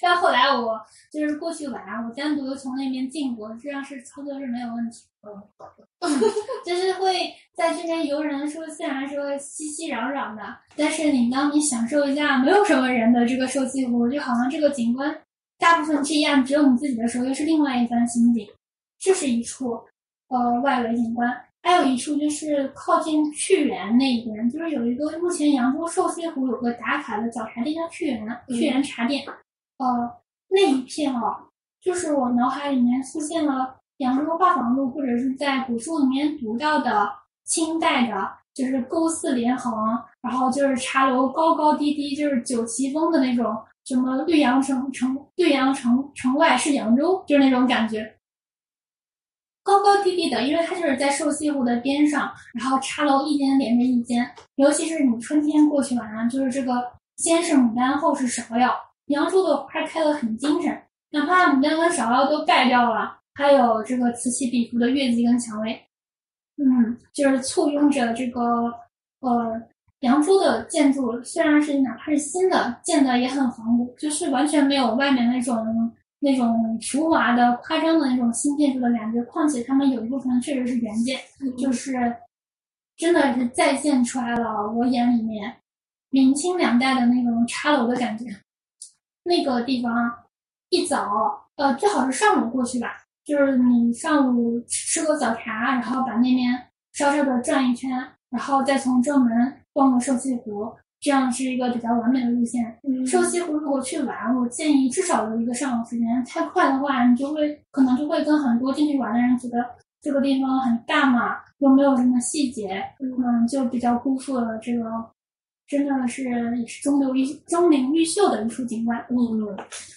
但后来我就是过去玩，我单独从那边进过，这样是操作是没有问题。嗯，好的，就是会在这边游人说，虽然说熙熙攘攘的，但是你当你享受一下没有什么人的这个瘦西湖，就好像这个景观大部分这一岸只有你自己的时候，又是另外一番心境。这是一处呃外围景观，还有一处就是靠近去园那一边，就是有一个目前扬州瘦西湖有个打卡的早茶店叫去园，嗯去园茶店，呃那一片哦，就是我脑海里面出现了扬州画舫路，或者是在古书里面读到的清代的，就是勾四连横，然后就是茶楼高高低低，就是九旗风的那种，什么绿杨城城绿杨城城外是扬州，就是那种感觉。高高低低的，因为它就是在瘦西湖的边上，然后茶楼一间连着一间，尤其是你春天过去晚上，就是这个先是牡丹，后是芍药，扬州的花开得很精神，那帕拉姆根跟芍药都盖掉了，还有这个此起彼伏的月季跟蔷薇，嗯，就是簇拥着这个呃扬州的建筑，虽然是哪怕是新的，建的也很仿古，就是完全没有外面那种那种浮华的夸张的那种新建筑的感觉。况且他们有一部分确实是原件，就是真的是再现出来了。我眼里面明清两代的那种茶楼的感觉，那个地方一早呃最好是上午过去吧，就是你上午吃个早茶，然后把那边稍稍的转一圈，然后再从正门逛个瘦西湖，这样是一个比较完美的路线。嗯瘦西湖如果去玩，我建议至少有一个上午时间。太快的话，你就会可能就会跟很多进去玩的人觉得这个地方很大嘛，又没有什么细节，嗯，就比较辜负了这个真的是也是中流一中流玉秀的一处景观。嗯，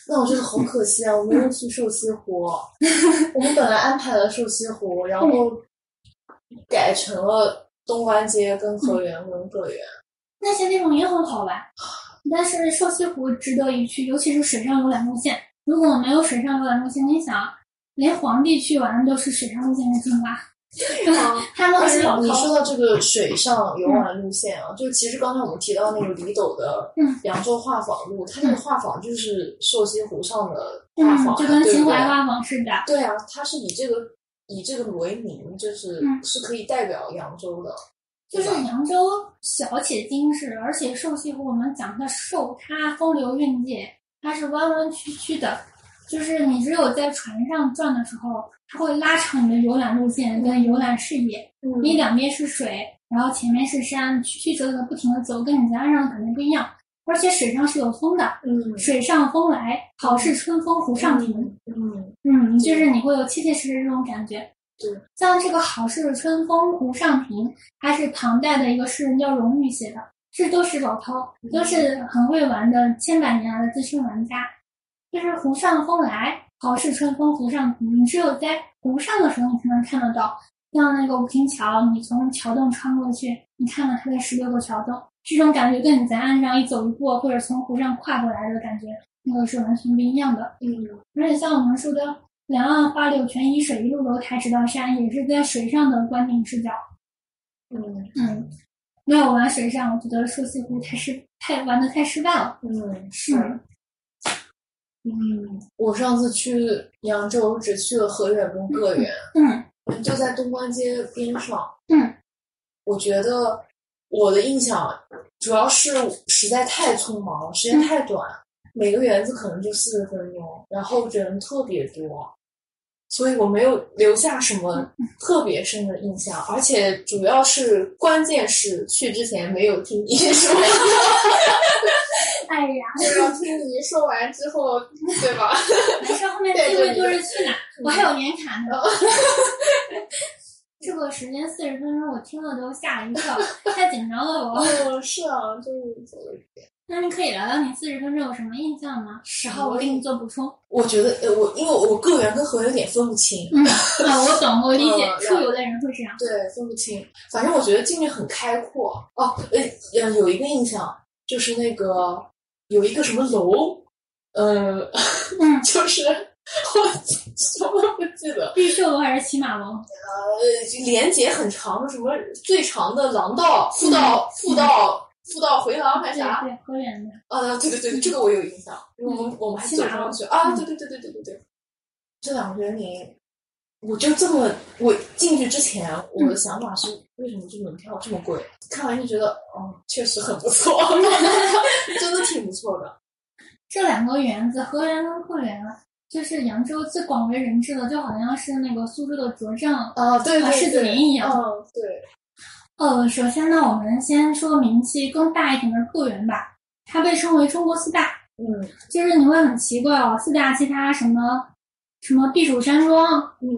那我真的好可惜啊，我没有去瘦西湖。我们本来安排了瘦西湖，然后改成了东关街跟河源文革园。那些地方也很 好玩，但是瘦西湖值得一去，尤其是水上游览路线。如果没有水上游览路线，你想，连皇帝去玩都是水上路线的精 华。 哦他们啊而是且老你饕说到这个水上游玩路线啊，就其实刚才我们提到那个李斗的嗯扬州画舫路，它那个画舫就是瘦西湖上的画舫、嗯，啊，就跟对秦不对淮画舫似的。对啊，它是以这个以这个为名，就是、嗯是可以代表扬州的，就对是吧扬州小且精致，而且瘦西湖我们讲它瘦，它风流韵界，它是弯弯曲曲的，就是你只有在船上转的时候，它会拉长你的游览路线跟游览视野。你嗯两边是水，然后前面是山，曲曲折折地不停的走，跟你在岸上感觉不一样。而且水上是有风的，嗯水上风来，好似春风湖上亭。嗯，嗯，就是你会有切切实实这种感觉。对，像这个“好似春风湖上亭”，它是唐代的一个诗人叫荣玉写的，这都是老饕，都是很会玩的千百年来的资深玩家。就是湖上风来，好似春风湖上亭。你只有在湖上的时候，你才能看得到。像那个武亭桥，你从桥洞穿过去，你看了它的十六个桥洞，这种感觉跟你在岸上一走一过，或者从湖上跨过来的感觉，那个是完全不一样的。嗯而且像我们说的“两岸花柳泉以水一路楼台直到山”，也是在水上的观景视角。嗯嗯，没有玩水上，我觉得瘦西湖太失太玩的太失败了。嗯是。嗯，嗯，我上次去扬州只去了河源跟个园，嗯就在东关街边上。嗯，我觉得我的印象主要是实在太匆忙了，时间太短，每个园子可能就四十分钟，然后人特别多，所以我没有留下什么特别深的印象，而且主要是关键是去之前没有听你说，哎呀，要听你说完之后，对吧？ 没事，后面机会就是去哪，我还有年卡呢。 这个时间四十分钟，我听了都吓了一跳，太紧张了我。哦，是啊，就是。那你可以聊聊你四十分钟有什么印象吗？然后我给你做补充。我觉得，呃，我因为我个人跟河有点分不清，嗯，啊，我懂，我理解嗯，出游的人会这样。对，分不清。反正我觉得境界很开阔。哦，呃，呃有一个印象就是那个有一个什么楼，呃， 嗯，就是我什么都不记得。绿秀楼还是骑马楼？呃，连接很长，什么最长的廊道、副道、副道、副道回廊还是对啥？对，河源的。啊，对对对，这个我有印象，因为我们我们还走上去啊，对对对对对对对，这两个园林，我就这么我进去之前，我的想法是为什么这门票这么贵？看完就觉得，哦，确实很不错， 真的挺不错的。这两个园子，河源跟鹤园啊，就是扬州最广为人知的，就好像是那个苏州的拙政。啊，对啊对狮子对，林一样嗯，对，呃，首先呢，我们先说名气更大一点的鹤园吧，它被称为中国四大，嗯就是你会很奇怪哦，四大其他什么什么避暑山庄，嗯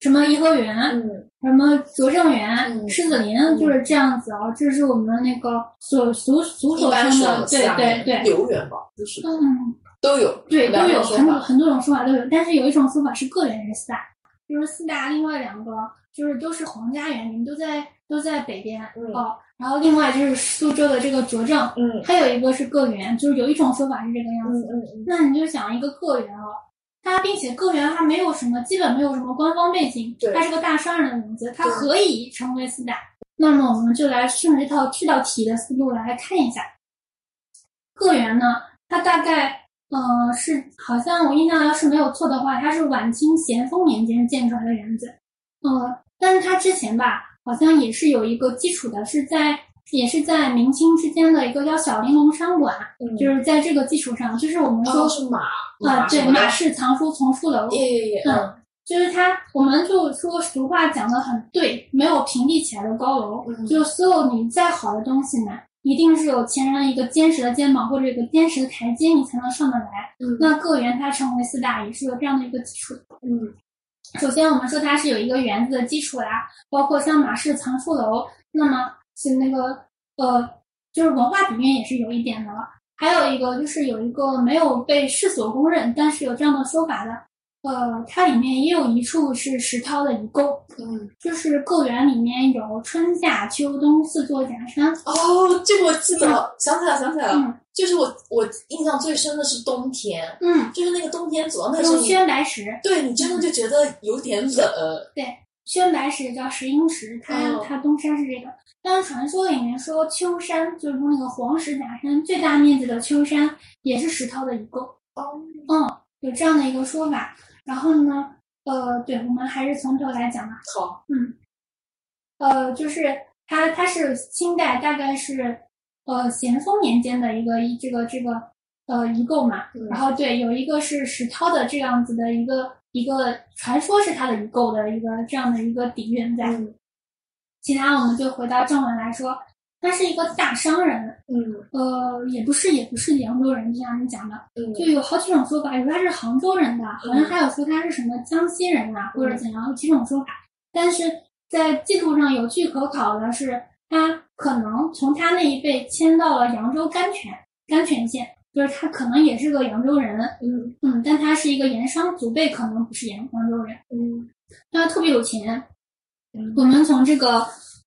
什么颐和园，嗯什么拙政园、嗯狮子林，就是这样子哦，这是我们那个所俗俗一所般称是的，有对下对面对，游园吧，就是嗯。都有，对，都两有种说很多法，很多种说法都有，但是有一种说法是个人是四大，就是四大另外两个就是都是皇家园林，都在都在北边、嗯哦，然后另外就是苏州的这个拙政，嗯还有一个是个园，就是有一种说法是这个样嗯子。嗯嗯那你就想一个个园哦，它并且个源还没有什么，基本没有什么官方背景对，它是个大商人的名字，它对可以成为四大。那么我们就来顺着这套这道题的思路来看一下，个源呢，它大概呃是好像我印象要是没有错的话，它是晚清咸丰年间建出来的园子，呃，但是它之前吧，好像也是有一个基础的，是在也是在明清之间的一个叫小玲珑商馆，嗯就是在这个基础上，就是我们说说哦是马啊，对，什么的马氏藏书丛书楼，耶耶耶，嗯嗯，就是它，我们就说俗话讲的很对，没有平地起来的高楼，嗯就是所有你再好的东西呢，一定是有前人的一个坚实的肩膀或者一个坚实的台阶，你才能上得来。嗯那个园它成为四大也是有这样的一个基础的。嗯首先，我们说它是有一个园子的基础啦，包括像马氏藏书楼，那么是那个呃，就是文化底蕴也是有一点的了。还有一个就是有一个没有被世所公认，但是有这样的说法的，呃，它里面也有一处是石涛的遗构，嗯，就是构园里面有春夏秋冬四座假山，哦，这个我记得了，想起来想起来了，嗯就是我我印象最深的是冬天，嗯，就是那个冬天走到那个时候用你，宣白石，对你真的就觉得有点冷，宣白石叫石英石，它、哦它东山是这个。但是传说里面说秋山就是说那个黄石假山最大面积的秋山也是石涛的遗构，哦，有这样的一个说法。然后呢，呃，对，我们还是从头来讲吧。好，呃，就是它它是清代大概是呃咸丰年间的一个一这个这个呃遗构嘛，嗯然后对，有一个是石涛的这样子的一个一个传说是他的遗构的一个这样的一个底蕴在。嗯其他我们就回到正文来说，他是一个大商人，嗯呃，也不是也不是扬州人，就像你讲的，嗯就有好几种说法，有说他是杭州人的，好像还有说他是什么江西人啊，或者怎样，有几种说法。但是在记录上有据可考的是，他可能从他那一辈迁到了扬州甘泉甘泉县，就是他可能也是个扬州人，嗯嗯，但他是一个盐商祖辈，可能不是扬扬州人，嗯但他特别有钱，嗯我们从这个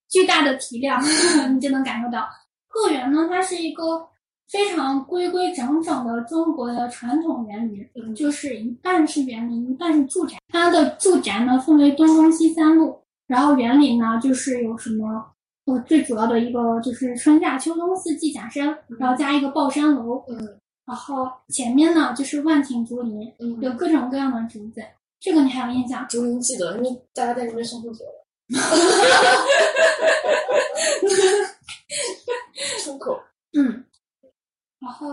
巨大的体量， 你就能感受到，个园呢，它是一个非常规规整整的中国的传统园林，嗯就是一半是园林，一半是住宅。它的住宅呢分为东、中、西三路，然后园林呢就是有什么。呃，最主要的一个就是春夏秋冬四季假山，然后加一个抱山楼，嗯然后前面呢就是万顷竹林，有嗯，各种各样的竹子，这个你还有印象？竹林记得，因为大家在那边上过学了，出口，嗯，然后，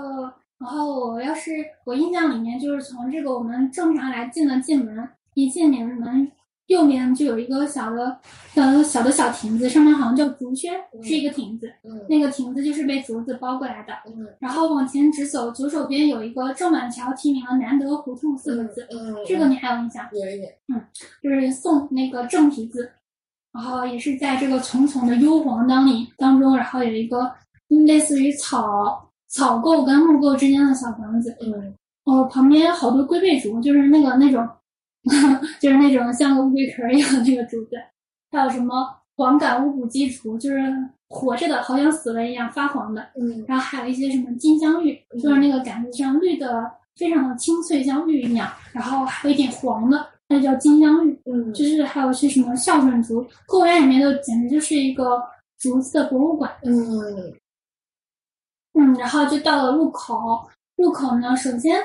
然后我要是我印象里面就是从这个我们正常来进了进门，一进门门右面就有一个小的小的小的小亭子，上面好像叫竹轩，嗯是一个亭子，嗯那个亭子就是被竹子包过来的。嗯然后往前直走，左手边有一个郑板桥题名的南德胡同四个字，嗯，这个你还有印象？有一点，就是宋那个正体字，然后也是在这个重重的幽篁当里当中，然后有一个嗯类似于草草构跟木构之间的小房子，嗯哦，旁边有好多龟背竹，就是那个那种， 就是那种像个乌龟壳一样的那个竹子，还有什么黄杆乌骨鸡竹，就是活着的，好像死了一样发黄的，嗯然后还有一些什么金镶玉，就是那个杆子上绿的非常的清脆，像玉一样，然后还有一点黄的，那叫金镶玉。嗯就是还有些什么孝顺竹，公园里面就简直就是一个竹子的博物馆。嗯嗯，然后就到了入口，入口呢，首先，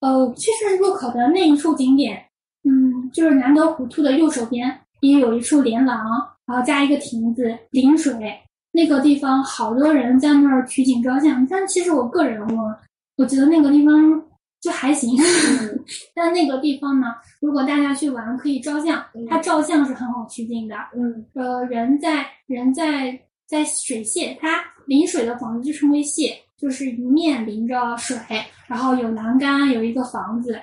呃，其实入口的那一处景点，嗯，就是南德胡同的右手边也有一处连廊，然后加一个亭子，临水那个地方，好多人在那儿取景照相。但其实我个人我，我觉得那个地方就还行。 但那个地方呢，如果大家去玩，可以照相嗯，它照相是很好取景的。嗯呃，人在人在在水榭，它临水的房子就称为榭，就是一面临着水，然后有栏杆，有一个房子，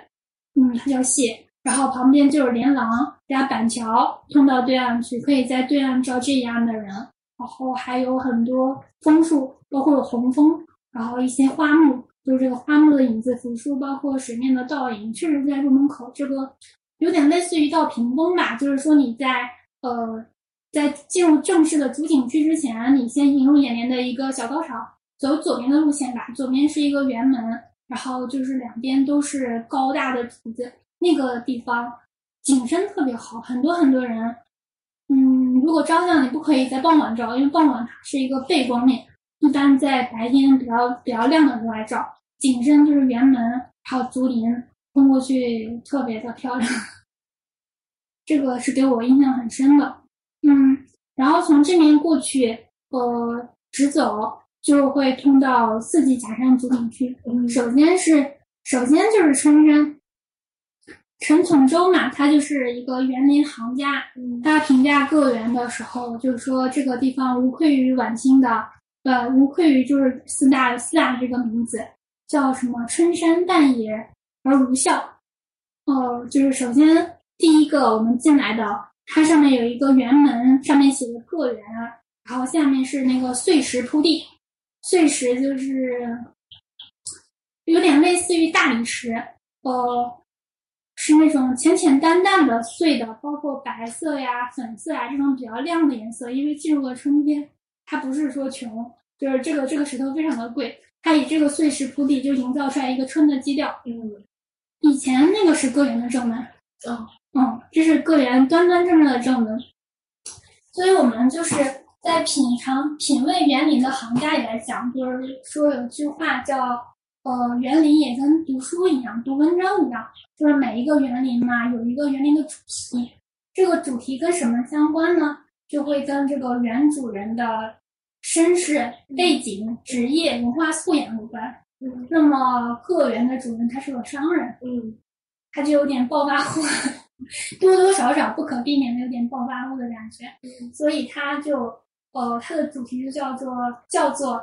嗯，它叫榭。然后旁边就是连廊加板桥，通到对岸去，可以在对岸照这样的人。然后还有很多枫树，包括有红枫，然后一些花木，就是这个花木的影子浮出，包括水面的倒影，确实在入门口这个有点类似于到屏风吧，就是说你在呃在进入正式的主景区之前，你先引入眼帘的一个小高潮，走左边的路线吧，左边是一个圆门，然后就是两边都是高大的竹子，那个地方景深特别好，很多很多人。嗯，如果照相你不可以在傍晚照，因为傍晚它是一个背光面，一般在白天比较比较亮的时候来照。景深就是辕门还有竹林，冲过去特别的漂亮。这个是给我印象很深的。嗯，然后从这边过去，呃，直走就会通到四季假山主景区。嗯首先是，首先就是春山，陈从周嘛，他就是一个园林行家，他评价个园的时候，就是说这个地方无愧于晚清的，呃，无愧于就是四大四大这个名字，叫什么春山淡野而无笑。呃，就是首先第一个我们进来的。它上面有一个圆门，上面写着“个园”，然后下面是那个碎石铺地，碎石就是有点类似于大理石，呃，是那种浅浅淡淡的碎的，包括白色呀、粉色呀这种比较亮的颜色。因为进入了春天，它不是说穷，就是这个这个石头非常的贵，它以这个碎石铺地就营造出来一个春的基调。嗯，以前那个是个园的正门，哦，嗯，这是个人端端正正的正门。所以我们就是在品尝、品味园林的行家也来讲，就是说有句话叫“呃，园林也跟读书一样，读文章一样，就是每一个园林嘛，有一个园林的主题。这个主题跟什么相关呢？就会跟这个原主人的身世、背景、职业、文化素养有关。嗯那么，个园的主人他是个商人，嗯他就有点暴发户，多多少少不可避免的有点暴发户的感觉，嗯所以他就呃，他的主题就叫做叫做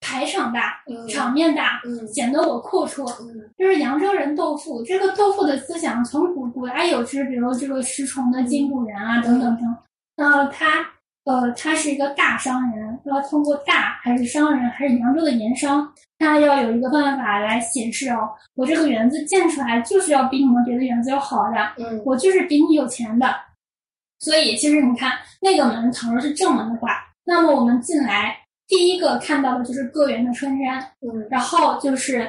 排场大，嗯场面大，嗯显得我阔绰。嗯就是扬州人豆腐，这个豆腐的思想从古古来有之，比如这个石崇的金古园啊，等等等。那他呃，他是一个大商人，要通过大还是商人还是扬州的盐商，他要有一个办法来显示哦，我这个园子建出来就是要比你们别的园子要好的，嗯我就是比你有钱的。所以其实你看，那个门倘若是正门的话，那么我们进来第一个看到的就是个园的春山，嗯然后就是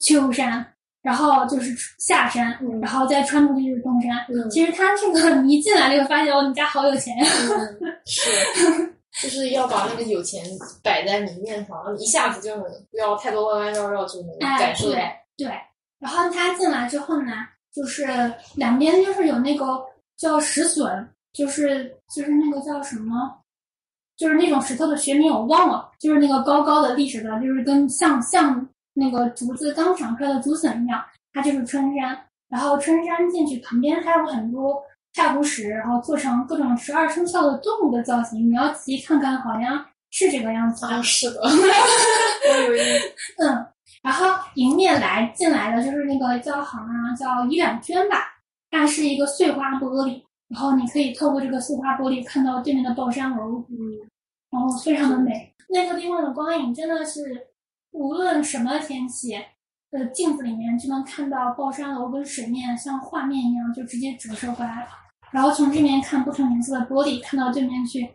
秋山，然后就是下山，嗯然后再穿出去就是东山。嗯其实他这个 你一进来就会发现，哦，你家好有钱呀！嗯， 是，就是要把那个有钱摆在明面上，一下子就能不要太多弯弯绕绕就能哎感，受嗯到。对对。然后他进来之后呢，就是两边就是有那个叫石笋，就是就是那个叫什么，就是那种石头的学名我忘了，就是那个高高的立着的，就是跟像像那个竹子刚长出来的竹笋一样，它就是春山。然后春山进去旁边还有很多太湖石，然后做成各种十二生肖的动物的造型，你要仔细看看，好像是这个样子的。啊，是 的，我有一嗯，然后迎面来进来的就是那个叫好像叫一两娟吧，它是一个碎花玻璃，然后你可以透过这个碎花玻璃看到对面的抱山楼，嗯然后非常的美。那个地方的光影真的是，无论什么天气，呃，镜子里面就能看到抱山楼跟水面像画面一样，就直接折射过来了。然后从这边看不同颜色的玻璃，看到对面去，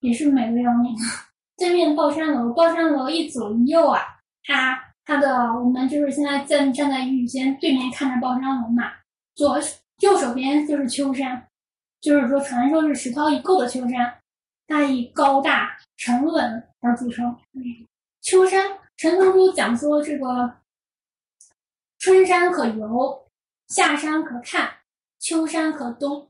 也是美的要命。 对面抱山楼，抱山楼一左一右啊，它它的我们就是现在站站在雨间，对面看着抱山楼嘛，左右手边就是秋山，就是说传说是石涛一构的秋山，它以高大沉稳而著称。嗯秋山，陈同书讲说这个春山可游，夏山可看，秋山可登，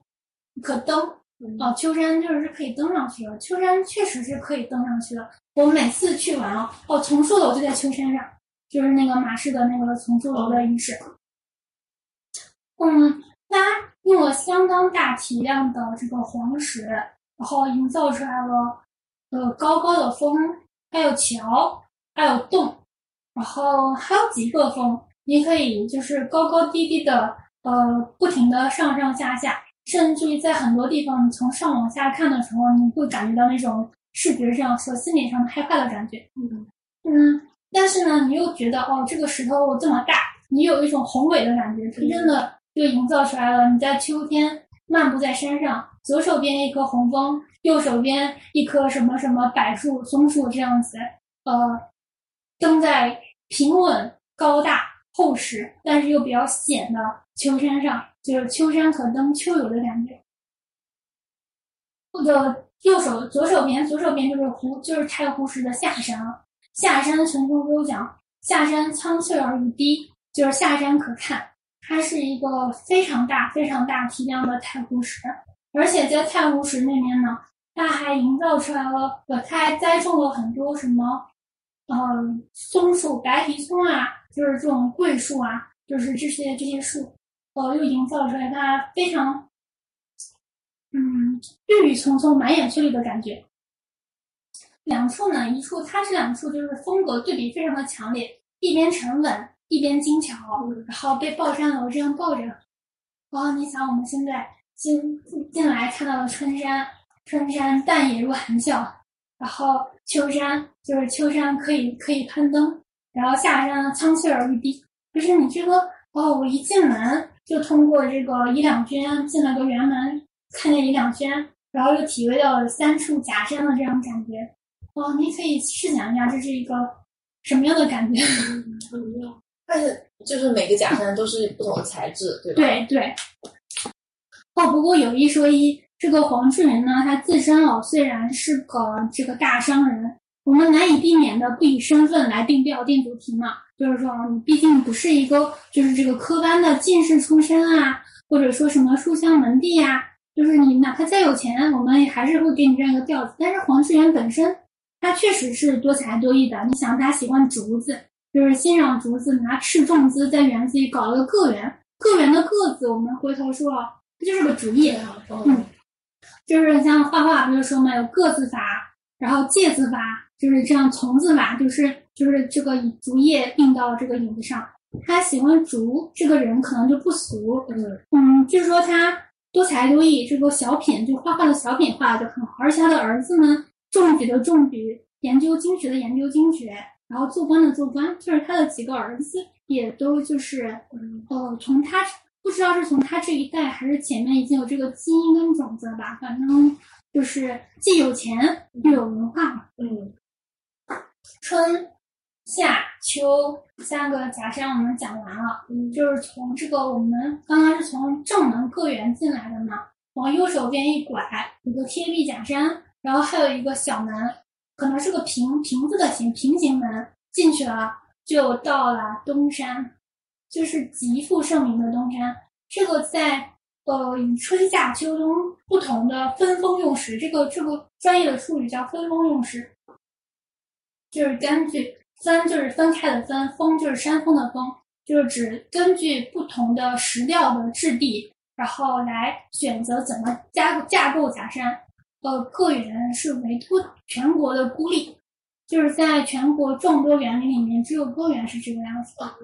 可登。嗯哦，秋山就是可以登上去的，秋山确实是可以登上去的。我每次去玩哦，哦，丛书楼就在秋山上，就是那个马氏的那个丛书楼的遗址。嗯，它用了相当大体量的这个黄石，然后营造出来了呃高高的峰，还有桥，还有洞，然后还有几个峰，你可以就是高高低低的呃不停的上上下下，甚至于在很多地方你从上往下看的时候，你会感觉到那种视觉上和心理上的害怕的感觉。嗯嗯，但是呢，你又觉得哦，这个石头这么大，你有一种宏伟的感觉，真正的就营造出来了。你在秋天漫步在山上，左手边一棵红枫，右手边一棵什么什么柏树、松树这样子，呃，登在平稳、高大、厚实，但是又比较险的秋山上，就是秋山可登秋游的感觉。我的右手左手边，左手边就是湖，就是太湖市的下山了。下山神州州讲，下山苍翠而雨滴，就是下山可看。它是一个非常大、非常大体量的太湖石，而且在太湖石那边呢，它还营造出来了，呃，它还栽种了很多什么，呃，松树、白皮松啊，就是这种桂树啊，就是这些这些树，呃，又营造出来它非常，嗯，郁郁葱葱、满眼翠绿的感觉。两处呢，一处它这两处就是风格对比非常的强烈，一边沉稳，一边精巧，然后被抱山楼这样抱着。然后你想，我们现在进进来看到了春山，春山淡野如含笑，然后秋山就是秋山可以可以攀登，然后下山苍翠而欲滴。就是你这个哦，我一进门就通过这个一两轩进了个园门，看见一两轩，然后又体味到了三处夹山的这种感觉。哦，你可以试想一下，这是一个什么样的感觉？但是就是每个假山都是不同的材质，对吧？对对。哦，不过有一说一，这个黄志云呢，他自身哦虽然是个这个大商人，我们难以避免的不以身份来定标定主题嘛，就是说你毕竟不是一个就是这个科班的进士出身啊，或者说什么书香门第呀、就是你哪怕再有钱，我们也还是会给你这样一个调子。但是黄志远本身，他确实是多才多艺的。你想，他喜欢竹子，就是欣赏竹子，拿斥重资在园子里搞了个个园。个园的个字，我们回头说啊，它就是个竹叶。啊嗯，就是像画画不是说嘛，有个字法，然后介字法，就是这样从字法，就是就是这个以竹叶并到这个影子上。他喜欢竹，这个人可能就不俗。嗯嗯，据说他多才多艺，这个小品就画画的小品画的就很好，而且他的儿子呢，中举的中举，研究经学的研究经学，然后做官的做官，就是他的几个儿子也都就是嗯呃，从他不知道是从他这一代还是前面已经有这个基因跟种子了吧，反正就是既有钱又有文化嘛。嗯春夏秋三个假山我们讲完了，嗯就是从这个我们刚刚是从正门个园进来的嘛，往右手边一拐，有个贴壁假山，然后还有一个小门，可能是个平平字的形平行门，进去了就到了东山，就是极负盛名的东山。这个在呃以春夏秋冬不同的分封用时，这个这个专业的术语叫分封用时。就是根据分就是分开的分，峰就是山峰的峰，就是指根据不同的石料的质地，然后来选择怎么架架构假山。呃，个园是唯独全国的孤立，就是在全国众多园林里面，只有个园是这个样子的，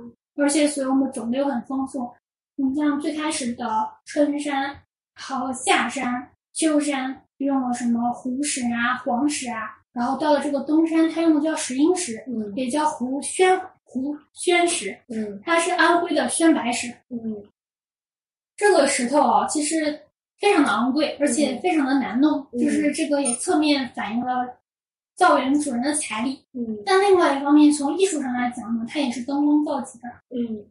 而且所用的种类又很丰富。你像最开始的春山，还有夏山、秋山用了什么湖石啊、黄石啊，然后到了这个东山，它用的叫石英石，嗯也叫湖宣湖宣石，嗯它是安徽的宣白石。嗯这个石头啊，其实非常的昂贵，而且非常的难弄，嗯就是这个也侧面反映了造园主人的财力。嗯但另外一方面，从艺术上来讲呢，它也是登峰造极的。嗯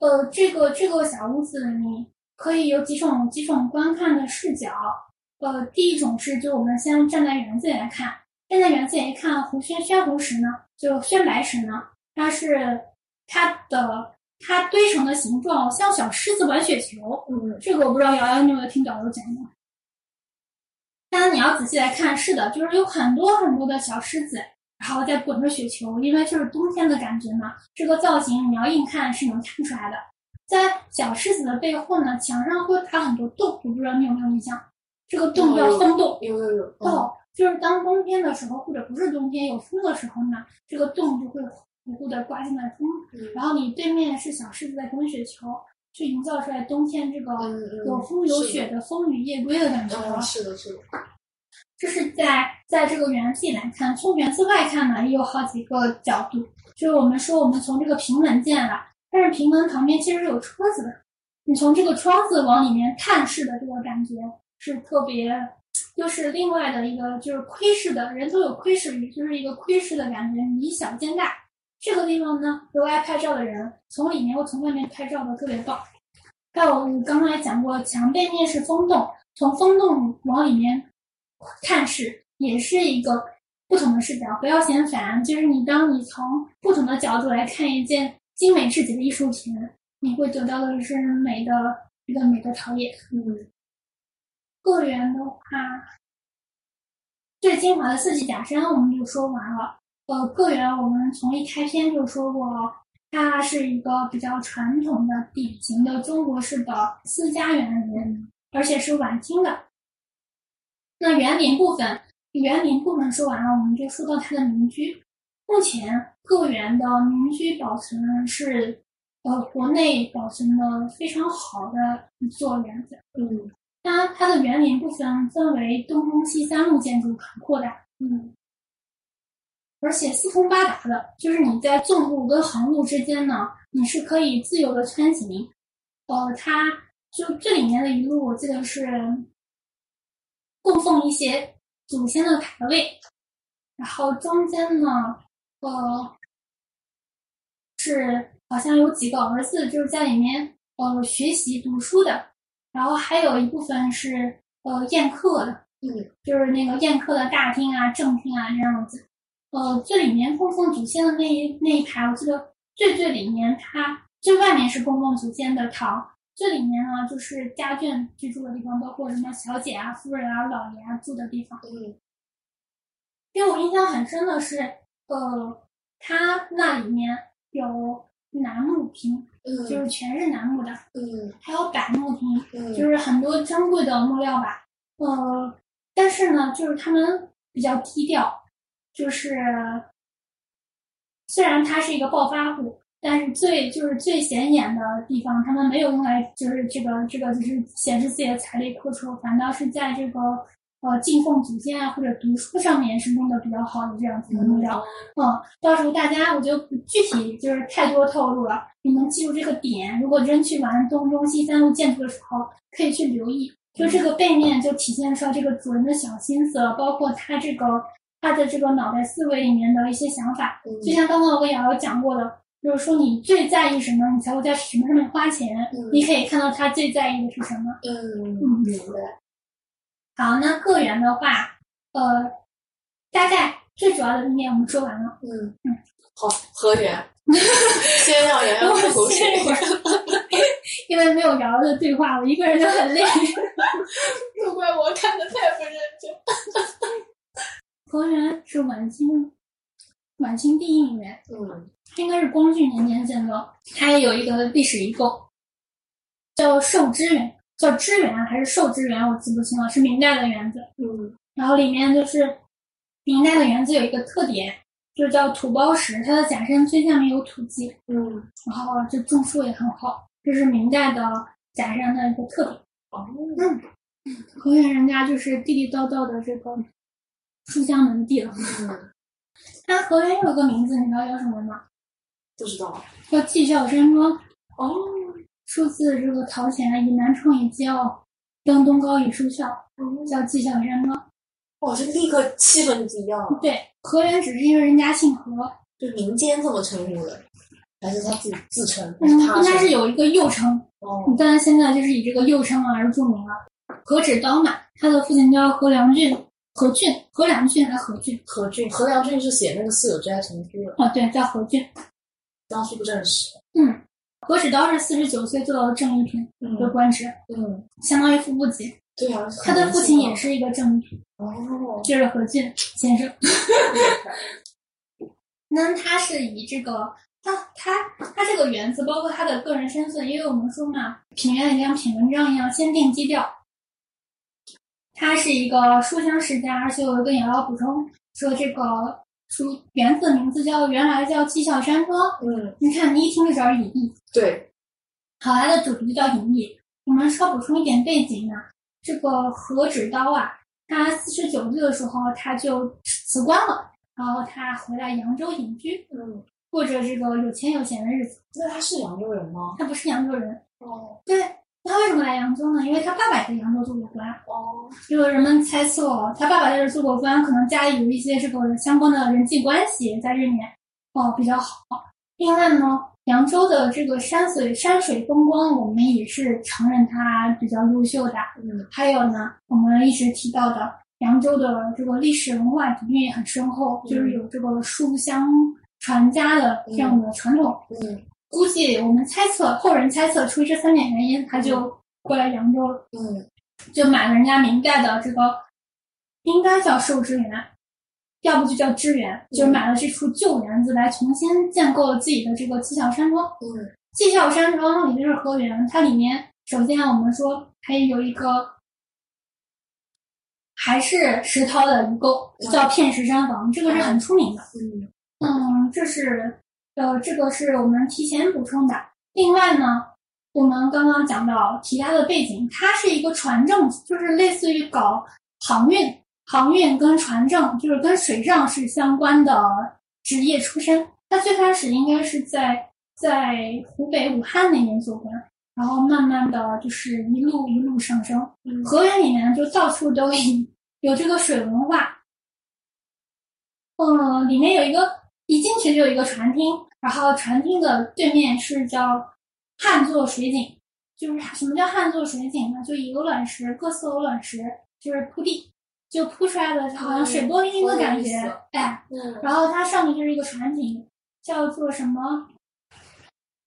呃，这个这个小屋子，你可以有几种几种观看的视角。呃，第一种是，就我们先站在园子里来看，站在园子里看胡宣宣湖石呢，就宣白石呢，它是它的它堆成的形状像小狮子玩雪球。嗯这个我不知道瑶瑶你有没有听导游讲过。但是你要仔细来看，是的，就是有很多很多的小狮子，然后在滚着雪球，因为就是冬天的感觉嘛。这个造型你要硬看是能看出来的。在小狮子的背后呢，墙上会打很多洞，我不知道你有没有印象？这个洞叫风洞。有有有哦，就是当冬天的时候，或者不是冬天有风的时候呢，这个洞就会呼呼的刮进来风，嗯然后你对面是小狮子在滚雪球，去营造出来冬天这个嗯嗯有风有是的雪的风雨夜归的感觉。嗯是的是的这是在在这个园子里来看，从园子外看呢，也有好几个角度。就是我们说，我们从这个平门进来，但是平门旁边其实是有窗子的。你从这个窗子往里面探视的这个感觉是特别，就是另外的一个就是窥视的，人都有窥视欲，就是一个窥视的感觉，以小见大。这个地方呢，如果爱拍照的人从里面或从外面拍照的特别棒。还有你刚才讲过，墙背面是风洞，从风洞往里面看是也是一个不同的视角。不要嫌烦，就是你当你从不同的角度来看一件精美至极的艺术品，你会得到的是美的一个美的陶冶。嗯，个人的话，最精华的四季假山我们就说完了。呃，个人我们从一开篇就说过，它是一个比较传统的、典型的中国式的私家园林，而且是晚清的。那园林部分，园林部分说完了，我们就说到它的民居。目前个园的民居保存是，呃，国内保存的非常好的一座园子。嗯它它的园林部分分为东中西三路建筑很扩大，嗯而且四通八达的，就是你在纵路跟横路之间呢，你是可以自由的穿行。呃，它就这里面的一路，我记得是供奉一些祖先的牌位，然后中间呢，呃，是好像有几个儿子就是在里面呃学习读书的，然后还有一部分是呃宴客的，嗯就是那个宴客的大厅啊、正厅啊这样子。呃，最里面供奉祖先的那一那一排，我记得最最里面它最外面是供奉祖先的堂，最里面呢就是家眷居住的地方，包括什么小姐啊、夫人啊、老爷啊住的地方。嗯给我印象很深的是，呃，它那里面有楠木瓶，嗯就是全是楠木的，嗯还有柏木瓶，嗯就是很多珍贵的木料吧。呃，但是呢，就是他们比较低调，就是虽然它是一个暴发户，但是最就是最显眼的地方，他们没有用来就是这个这个就是显示自己的财力阔绰，反倒是在这个呃敬奉祖先啊或者读书上面是弄得比较好的这样子的木哦料。嗯，到时候大家我就不具体就是太多透露了，你们记住这个点。如果真去玩东中西三路建筑的时候，可以去留意，就这个背面就体现出来这个主人的小心思，包括他这个他的这个脑袋思维里面的一些想法。嗯就像刚刚我也有讲过的，就是说你最在意什么，你才会在什么上面花钱。嗯你可以看到他最在意的是什么。嗯明白好，那个人的话，呃，大概最主要的一点我们说完了。嗯好河 源，先让洋洋我吐口水歇。一会 儿， 因为没有瑶瑶的对话，我一个人就很累。 都怪我看的太不认真。河源是晚清晚清第一名园，嗯它应该是光绪年间建的。它也有一个历史遗构，叫寿之园，叫知园还是寿之园，我记不清了，是明代的园子。嗯然后里面就是明代的园子有一个特点，就叫土包石，它的假山最下面有土基，嗯然后这种树也很好，这是明代的假山的一个特点。哦可见人家就是地地道道的这个书香门第了。 嗯那河源有个名字，你知道叫什么吗？不知道叫七笑山庄。哦出自这个陶潜以南窗以教登东高以书校，叫七笑山庄。哇，哦这立刻气氛不一样了，对，河源只是因为人家姓何，就民间这么称呼的，还是他自己自称？还嗯，是他应该称是有一个幼称，哦，但是现在就是以这个幼称啊而著名了。何止刀马，他的父亲叫何良俊，何俊，何良俊还是何俊？何俊，何良俊是写那个《四九之爱成都》的，哦，对，叫何俊。当初不认识。嗯，何止刀是四十九岁做到正一品嗯的官职，嗯，相当于副部级。对啊，他的父亲也是是一个正一品，哦，就是何俊先生。那他是以这个他他他这个园子，包括他的个人身份，因为我们说嘛，品园里像品文章一样，先定基调。他是一个书香世家，而且我跟瑶瑶补充说，这个书园子的名字叫原来叫七笑山庄。嗯，你看，你一听就知道是隐逸，对，好来的主题叫隐逸。我们稍补充一点背景呢，这个何止刀啊，他四十九岁的时候他就辞官了，然后他回来扬州隐居，嗯，过着这个有钱有闲的日子。那他是扬州人吗？他不是扬州人，哦对。他为什么来扬州呢？因为他爸爸也在扬州做过官，哦，就是人们猜测哦，他爸爸在这儿做过官，可能家里有一些这个相关的人际关系在这里面，哦比较好。另外呢，扬州的这个山水山水风光，我们也是承认它比较优秀的。嗯，还有呢，我们一直提到的扬州的这个历史文化底蕴也很深厚，嗯就是有这个书香传家的这样的传统。嗯估计我们猜测，后人猜测出于这三点原因，他就过来扬州了。嗯就买了人家明代的这个，应该叫寿之园，要不就叫知园，就买了这处旧园子来重新建构了自己的这个七巧山庄。嗯七巧山庄里就是河园，它里面首先我们说它有一个还是石涛的遗构，叫片石山房，这个是很出名的。嗯嗯，这是呃，这个是我们提前补充的。另外呢，我们刚刚讲到提拉的背景，它是一个船政，就是类似于搞航运，航运跟船政就是跟水上是相关的职业出身。它最开始应该是在在湖北武汉那边做官，然后慢慢的就是一路一路上升。嗯河源里面就到处都有有这个水文化。嗯，里面有一个一进去就有一个船厅，然后船厅的对面是叫旱作水井，就是什么叫旱作水井呢？就以鹅卵石各色鹅卵石就是铺地，就铺出来的好像水波粼粼的感觉，嗯我有意思哎，然后它上面就是一个船艇，叫做什么？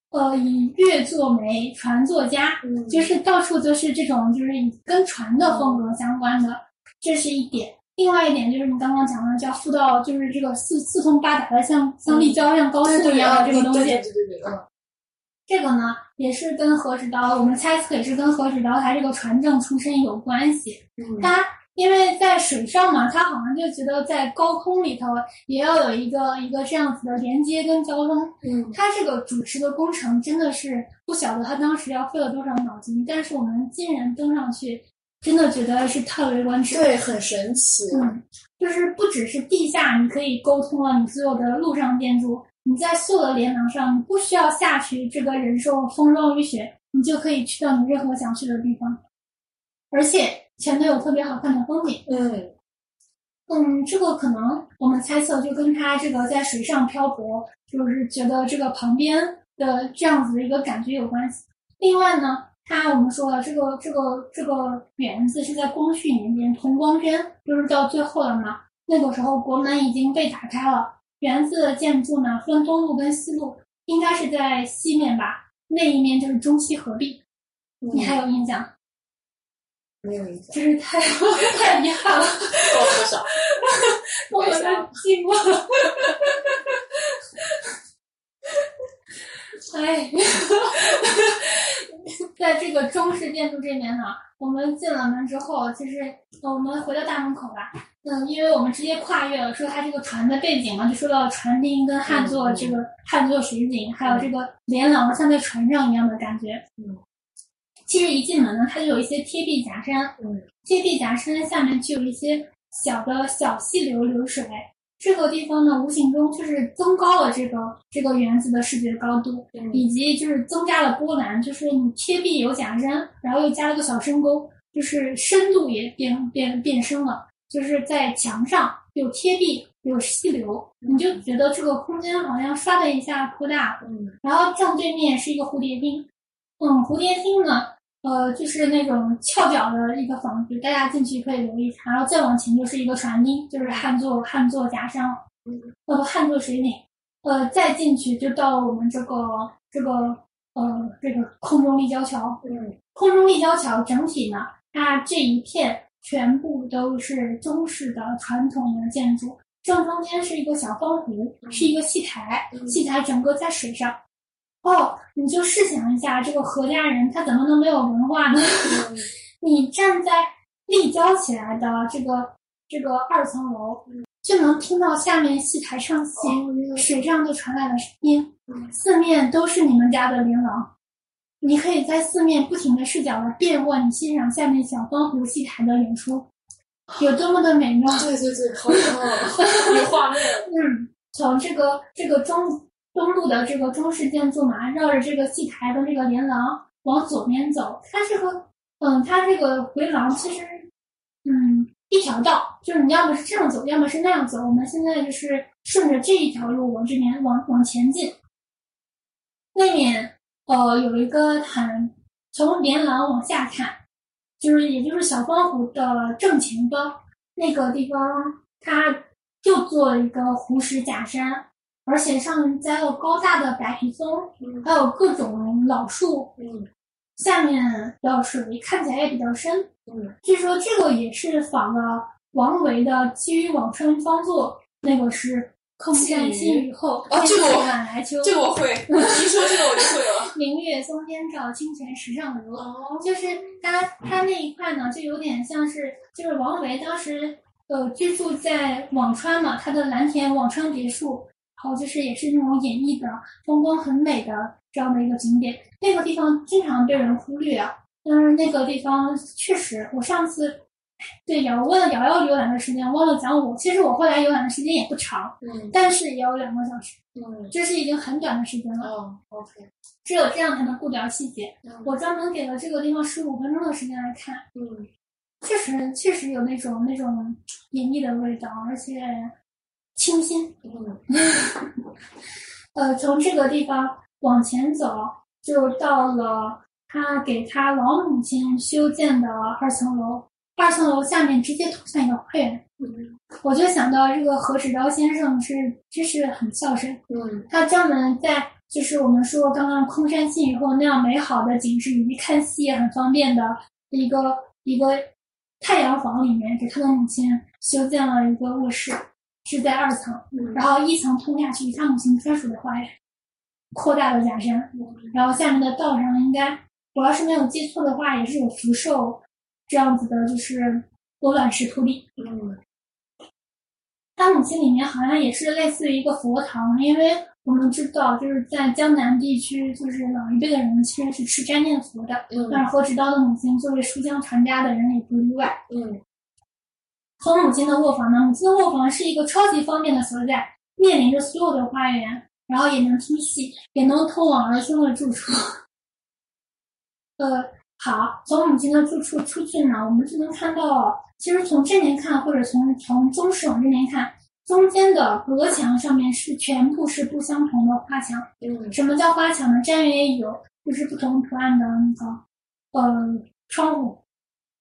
呃，以月作媒，船作家，嗯就是到处都是这种，就是跟船的风格相关的，这是一点。另外一点就是你刚刚讲的，叫富到，就是这个四四通八达的，像像立交、像高速一样的这个东西。对对对对，嗯这个呢，也是跟何指刀，我们猜测也是跟何指刀他这个船政出身有关系。嗯他因为在水上嘛，他好像就觉得在高空里头也要有一个一个这样子的连接跟交通。嗯他这个主持的工程真的是不晓得他当时要费了多少脑筋，但是我们今人登上去，真的觉得是叹为观止。对，很神奇。嗯，就是不只是地下，你可以沟通了你所有的陆上建筑，你在所有的连廊上，你不需要下去这个忍受风霜雨雪，你就可以去到你任何想去的地方，而且全都有特别好看的风景。嗯嗯，这个可能我们猜测就跟他这个在水上漂泊，就是觉得这个旁边的这样子的一个感觉有关系。另外呢，它我们说了这个这个这个园子是在光绪年间，同光贞就是到最后了嘛。那个时候国门已经被打开了，园子的建筑呢分东路跟西路，应该是在西面吧，那一面就是中西合璧。嗯，你还有印象？没有印象？真是太 太遗憾了。高多少？我没的想寂寞。哎，在这个中式建筑这边呢，我们进了门之后，就是呃我们回到大门口吧。嗯，因为我们直接跨越了，说它这个船的背景嘛，就说到船厅跟汉作嗯嗯这个汉作水景，还有这个连廊像在船上一样的感觉。嗯，其实一进门呢，它就有一些贴壁假山，嗯贴地夹山下面就有一些小的小溪流流水。这个地方呢，无形中就是增高了这个这个园子的视觉高度，嗯以及就是增加了波澜，就是你贴壁有假山，然后又加了个小深沟，就是深度也变变变深了。就是在墙上有贴壁，有溪流，你就觉得这个空间好像唰的一下扩大了。嗯然后正对面是一个蝴蝶厅，嗯，蝴蝶厅呢，呃，就是那种翘角的一个房子，大家进去可以留意一下。然后再往前就是一个船厅，就是汉作汉作夹山，呃，汉作水井，呃，再进去就到我们这个这个呃这个空中立交桥，嗯空中立交桥整体呢，它这一片全部都是中式的传统的建筑，正中间是一个小方湖，嗯是一个戏台，嗯戏台整个在水上。哦，你就试想一下，这个何家人他怎么能没有文化呢？ 你站在立交起来的这个这个二层楼，就能听到下面戏台上戏、水上就传来了声音，嗯四面都是你们家的琳琅。你可以在四面不停的视角的变换，你欣赏下面小方湖戏台的演出，有多么的美妙。对对对，好想哦，有画面。嗯，从这个这个中中路的这个中式建筑嘛，绕着这个戏台跟这个连廊往左边走，它这个嗯，它这个回廊其实嗯一条道，就是你要么是这样走，要么是那样走。我们现在就是顺着这一条路往这边往往前进。那面呃有一个很从连廊往下看，就是也就是小方湖的正前方那个地方，它就做了一个湖石假山，而且上面栽有高大的白皮松，还有各种老树，嗯下面的水看起来也比较深。嗯据说这个也是仿了王维的《寄予往生方作》那个是“空山新雨后，哦这个我天气晚来秋，这个我会，你一说这个我就会了。明月松间照，清泉石上流”。哦，就是它它那一块呢，就有点像是就是王维当时呃居住在辋川嘛，他的蓝田辋川别墅，然后就是也是那种演绎的风光很美的这样的一个景点。那个地方经常被人忽略啊，但是那个地方确实，我上次。对，瑶问了瑶瑶浏览的时间，忘了讲我。其实我后来浏览的时间也不长，嗯但是也有两个小时，嗯，这是已经很短的时间了。哦，OK，只有这样才能顾聊细节。嗯我专门给了这个地方十五分钟的时间来看，嗯确实确实有那种那种隐逸的味道，而且清新。嗯呃，从这个地方往前走，就到了他给他老母亲修建的二层楼。二层楼下面直接通向一个花园，嗯我就想到这个何止刀先生是真是很孝顺，嗯他专门在就是我们说刚刚空山新雨后那样美好的景致以及看戏也很方便的一个一个太阳房里面，给他的母亲修建了一个卧室，是在二层，然后一层通下去，他母亲专属的花园，扩大的假山，然后下面的道上应该我要是没有记错的话，也是有福寿这样子的，就是鹅卵石铺地。嗯他母亲里面好像也是类似于一个佛堂，因为我们知道，就是在江南地区，就是老一辈的人其实是吃斋念佛的，但嗯是何直刀的母亲作为书香传家的人也不例外。嗯从母亲的卧房呢，母亲的卧房是一个超级方便的所在，面临着所有的花园，然后也能听戏，也能通往儿孙的住处。呃，好，从母亲的住处出去呢，我们就能看到，其实从这边看，或者从从中室往这边看，中间的隔墙上面是全部是不相同的花墙。嗯什么叫花墙呢？瞻园也有，就是不同图案的那个，呃，窗户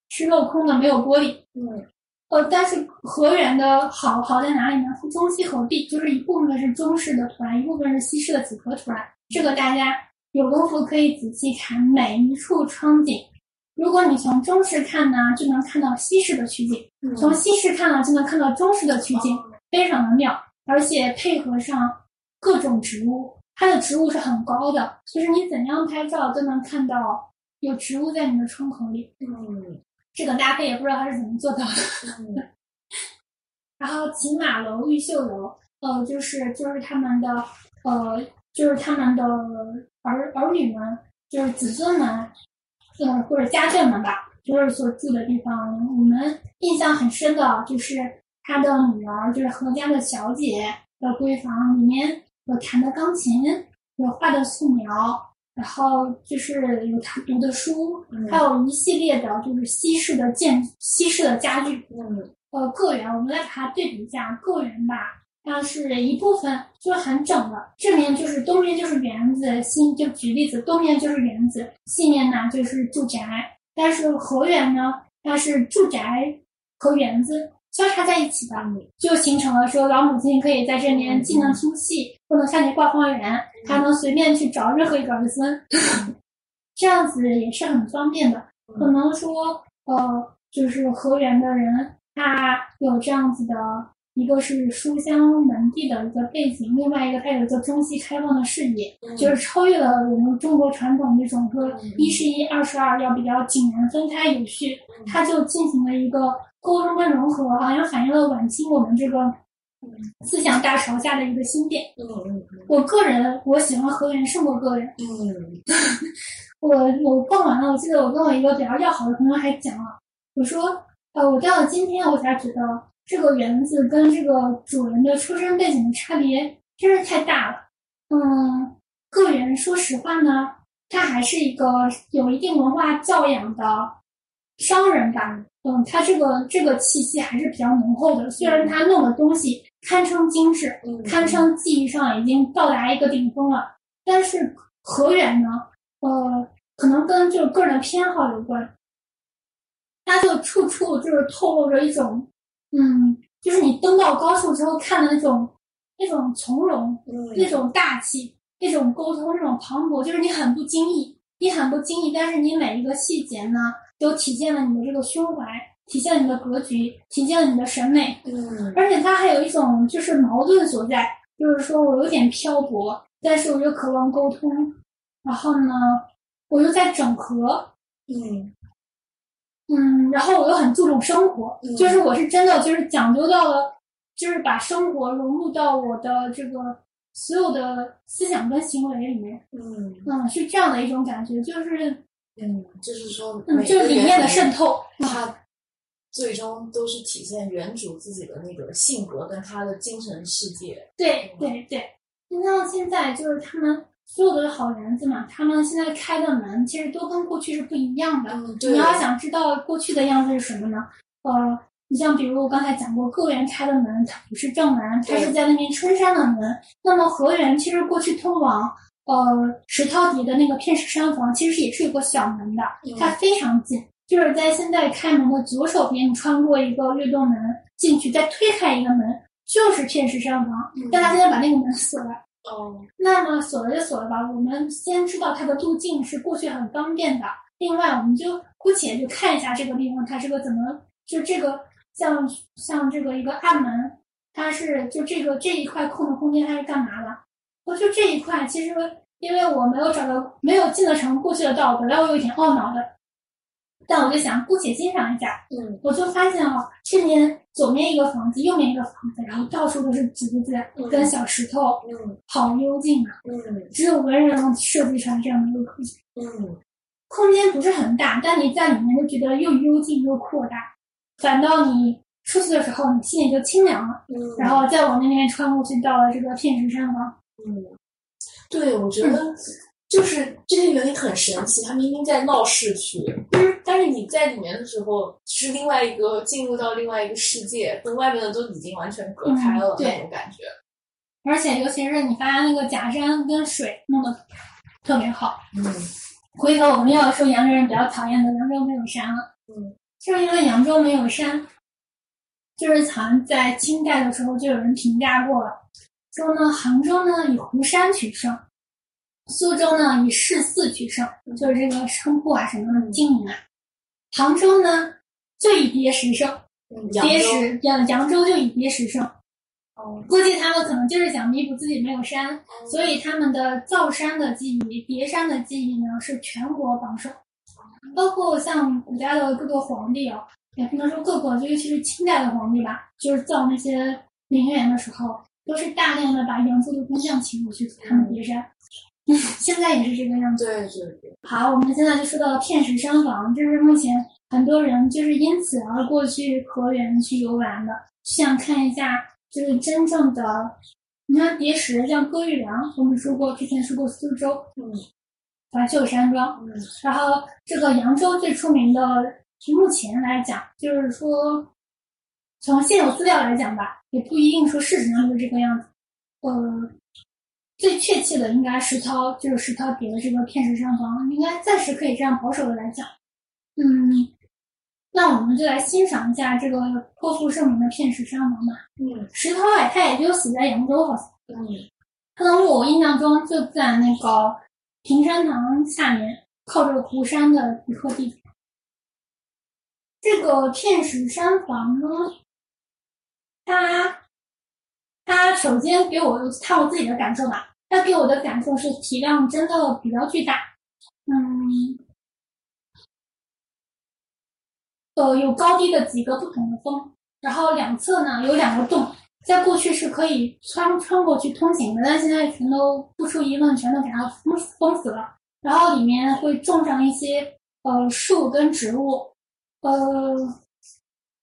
是镂空的，没有玻璃。嗯呃，但是河源的好好在哪里呢？它中西合璧，就是一部分是中式的图案，一部分是西式的几何图案。这个大家有功夫可以仔细看每一处窗景。如果你从中式看呢，就能看到西式的取景；嗯从西式看呢，就能看到中式的取景，非常的妙，而且配合上各种植物，它的植物是很高的，就是你怎样拍照都能看到有植物在你的窗口里。嗯这个搭配也不知道它是怎么做到的。嗯然后骑马楼、玉秀楼，呃，就是就是他们的呃，就是他们的儿儿女们，就是子孙们，呃，或者家眷们吧，就是所住的地方。我们印象很深的就是他的女儿，就是何家的小姐的闺房，里面有弹的钢琴，有画的素描。然后就是有他读的书，嗯还有一系列的就是西式的建西式的家具，嗯呃个园，我们来把它对比一下啊个园吧。它是一部分就是很整的，这面就是东面就是园子，西就举例子，东面就是园子，西面呢就是住宅。但是河园呢，它是住宅和园子交叉在一起的，就形成了说老母亲可以在这边既能听戏，又能下去逛花园，还能随便去找任何一个儿孙，这样子也是很方便的。可能说，呃，就是河源的人，他有这样子的，一个是书香门第的一个背景，另外一个他有一个中西开放的视野，嗯就是超越了我们中国传统这种说嗯一是一，二是二，要比较井然分开有序，嗯它就进行了一个沟通跟融合，好像反映了晚清我们这个嗯思想大潮下的一个新变。嗯嗯我个人我喜欢河源胜过个人，嗯我我逛完了，我记得我跟我一个比较要好的朋友还讲了，我说，呃，我到了今天我才觉得这个园子跟这个主人的出身背景的差别真是太大了。嗯，个人说实话呢，他还是一个有一定文化教养的商人感，嗯，它这个这个气息还是比较浓厚的。虽然它弄的东西堪称精致，嗯堪称技艺上已经到达一个顶峰了，但是河源呢，呃，可能跟就是个人的偏好有关，它就处处就是透露着一种，嗯，就是你登到高处之后看的那种那种从容，那种大气，那种沟通，那种磅礴，就是你很不经意，你很不经意，但是你每一个细节呢，都体现了你的这个胸怀，体现了你的格局，体现了你的审美，嗯而且它还有一种就是矛盾所在，就是说我有点漂泊，但是我又渴望沟通，然后呢，我又在整合，嗯嗯，然后我又很注重生活，嗯就是我是真的就是讲究到了，就是把生活融入到我的这个所有的思想跟行为里面，嗯嗯，是这样的一种感觉，就是嗯，就是说，嗯，就是理念的渗，透，它最终都是体现原主自己的那个性格跟他的精神世界。对对对，你像现在就是他们所有的好园子嘛，他们现在开的门其实都跟过去是不一样的。嗯，你要想知道过去的样子是什么呢？呃，你像比如我刚才讲过，个园开的门它不是正门，它对是在那面春山的门。那么河园其实过去通往呃石涛底的那个片石山房，其实也是有个小门的，它非常近，就是在现在开门的左手边，你穿过一个律动门进去，再推开一个门，就是片石山房。但他现在把那个门锁了。哦，那么锁了就锁了吧，我们先知道它的路径是过去很方便的。另外，我们就姑且就看一下这个地方它是个怎么，就这个像像这个一个暗门，它是就这个这一块空的空间它是干嘛的？我就这一块，其实因为我没有找到没有进得成过去的道，本来我有一点懊恼的，但我就想姑且欣赏一下，嗯我就发现啊，这边左面一个房子，右面一个房子，然后到处都是竹子跟小石头，嗯好幽静啊！嗯只有文人能设计出来这样的一个空间，嗯空间不是很大，但你在里面就觉得又幽静又扩大，反倒你出去的时候，你心里就清凉了。嗯，然后再往那边穿过去，到了这个片石山房，嗯，对，我觉得就是这些园林很神奇，它明明在闹市区，嗯但是你在里面的时候是另外一个进入到另外一个世界，跟外面的都已经完全隔开了嗯对那种感觉。而且尤其是你发现那个假山跟水弄得特别好。嗯回头我们要说扬州人比较讨厌的，扬州没有山了。嗯，就是因为扬州没有山，就是好像在清代的时候就有人评价过了，说呢，杭州呢以湖山取胜，苏州呢以市寺取胜，就是这个商铺啊什么的经营啊，杭州呢就以牒食胜，嗯，扬牒州，食扬扬州就以牒食胜。哦估计他们可能就是想弥补自己没有山，所以他们的造山的技艺、叠山的技艺呢是全国榜首，包括像古代的各个皇帝哦，也不能说各个，就尤其是清代的皇帝吧，就是造那些陵园的时候，都是大量的把扬州的工匠请过去给他们叠山。 现在也是这个样子。对对对，好，我们现在就说到片石山房，这是目前很多人就是因此而过去河源去游玩的，就想看一下就是真正的。你看牒石，像歌玉梁，我们说过，之前说过苏州嗯环秀山庄，嗯然后这个扬州最出名的，目前来讲，就是说从现有资料来讲吧，也不一定说事实上就是这个样子。呃，最确切的应该石涛，就是石涛叠的这个片石上方，应该暂时可以这样保守的来讲。嗯，那我们就来欣赏一下这个颇负盛名的片石上房吧。嗯石涛哎，他也就死在扬州，好像。嗯他的墓我印象中就在那个平山堂下面，靠着湖山的一块地。这个片石山房呢，它它首先给我看我自己的感受吧，它给我的感受是体量真的比较巨大，嗯，呃，有高低的几个不同的峰，然后两侧呢有两个洞，在过去是可以穿穿过去通行的，但现在全都不出疑问，全都给它封死封死了。然后里面会种上一些呃树跟植物，呃，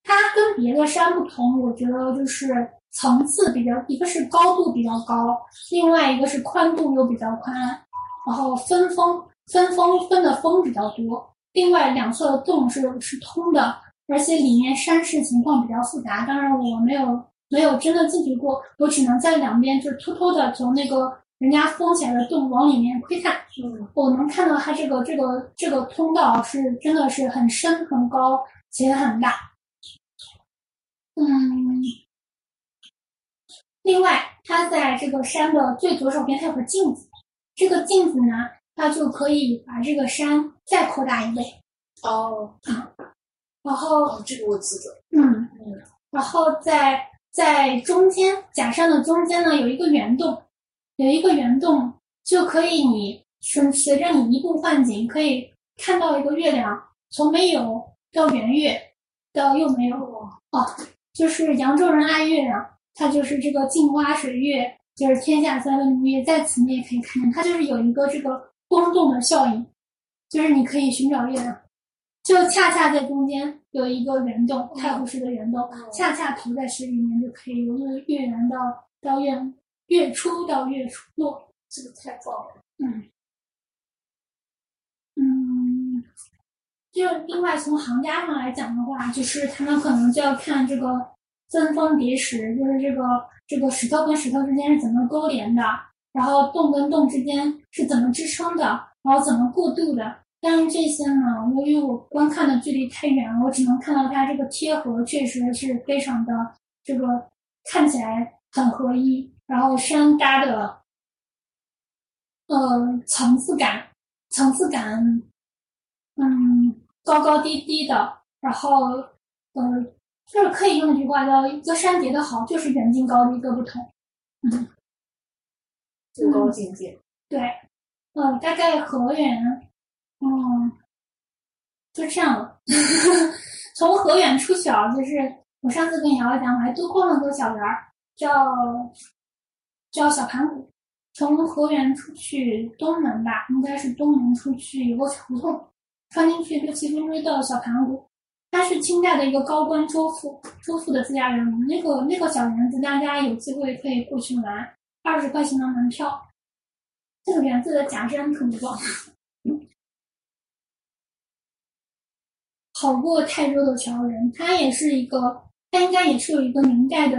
它跟别的山不同，我觉得就是层次比较，一个是高度比较高，另外一个是宽度又比较宽，然后分峰分峰分的峰比较多，另外两侧的洞是是通的，而且里面山势情况比较复杂。当然我没有没有真的进去过，我只能在两边就是偷偷的从那个人家封起来的洞往里面窥探。嗯，我能看到它这个这个这个通道是真的是很深很高且很大。嗯，另外，它在这个山的最左手边它有个镜子，这个镜子呢，它就可以把这个山再扩大一倍。哦，然后，哦，这个我记得，嗯，然后在在中间假山的中间呢有一个圆洞，有一个圆洞就可以你随随着你移步换景，可以看到一个月亮从没有到圆月到又没有哦，就是扬州人爱月亮，它就是这个镜花水月，就是天下三分明月，在此你也可以看见，它就是有一个这个宫洞的效应，就是你可以寻找月亮。就恰恰在中间有一个圆洞，太湖式的圆洞，嗯恰恰投在水里面就可以由月圆到到月月初到月初落。这个太棒了。嗯，就另外从行家上来讲的话，就是他们可能就要看这个增峰叠石，就是这个这个石头跟石头之间是怎么勾连的，然后洞跟洞之间是怎么支撑的，然后怎么过渡的。但是这些呢，由于我观看的距离太远了，我只能看到它这个贴合确实是非常的这个看起来很合一，然后山搭的呃层次感层次感，嗯，高高低低的，然后，呃，就是可以用一句话叫“一个山叠的好，就是远近高低各不同”。最高境界，对，呃，大概河源，嗯，就这样了。 从河源出小，就是我上次跟瑶瑶讲，我还多逛了个小园儿，叫叫小盘古。从河源出去东门吧，应该是东门出去有个小胡同，穿进去六七分钟就到小盘古。它是清代的一个高官周富周富的自家园，那个那个小园子，大家有机会可以过去玩，二十块钱的门票。这个园子的假山特别棒，好过泰州的桥人，它也是一个，它应该也是有一个明代的，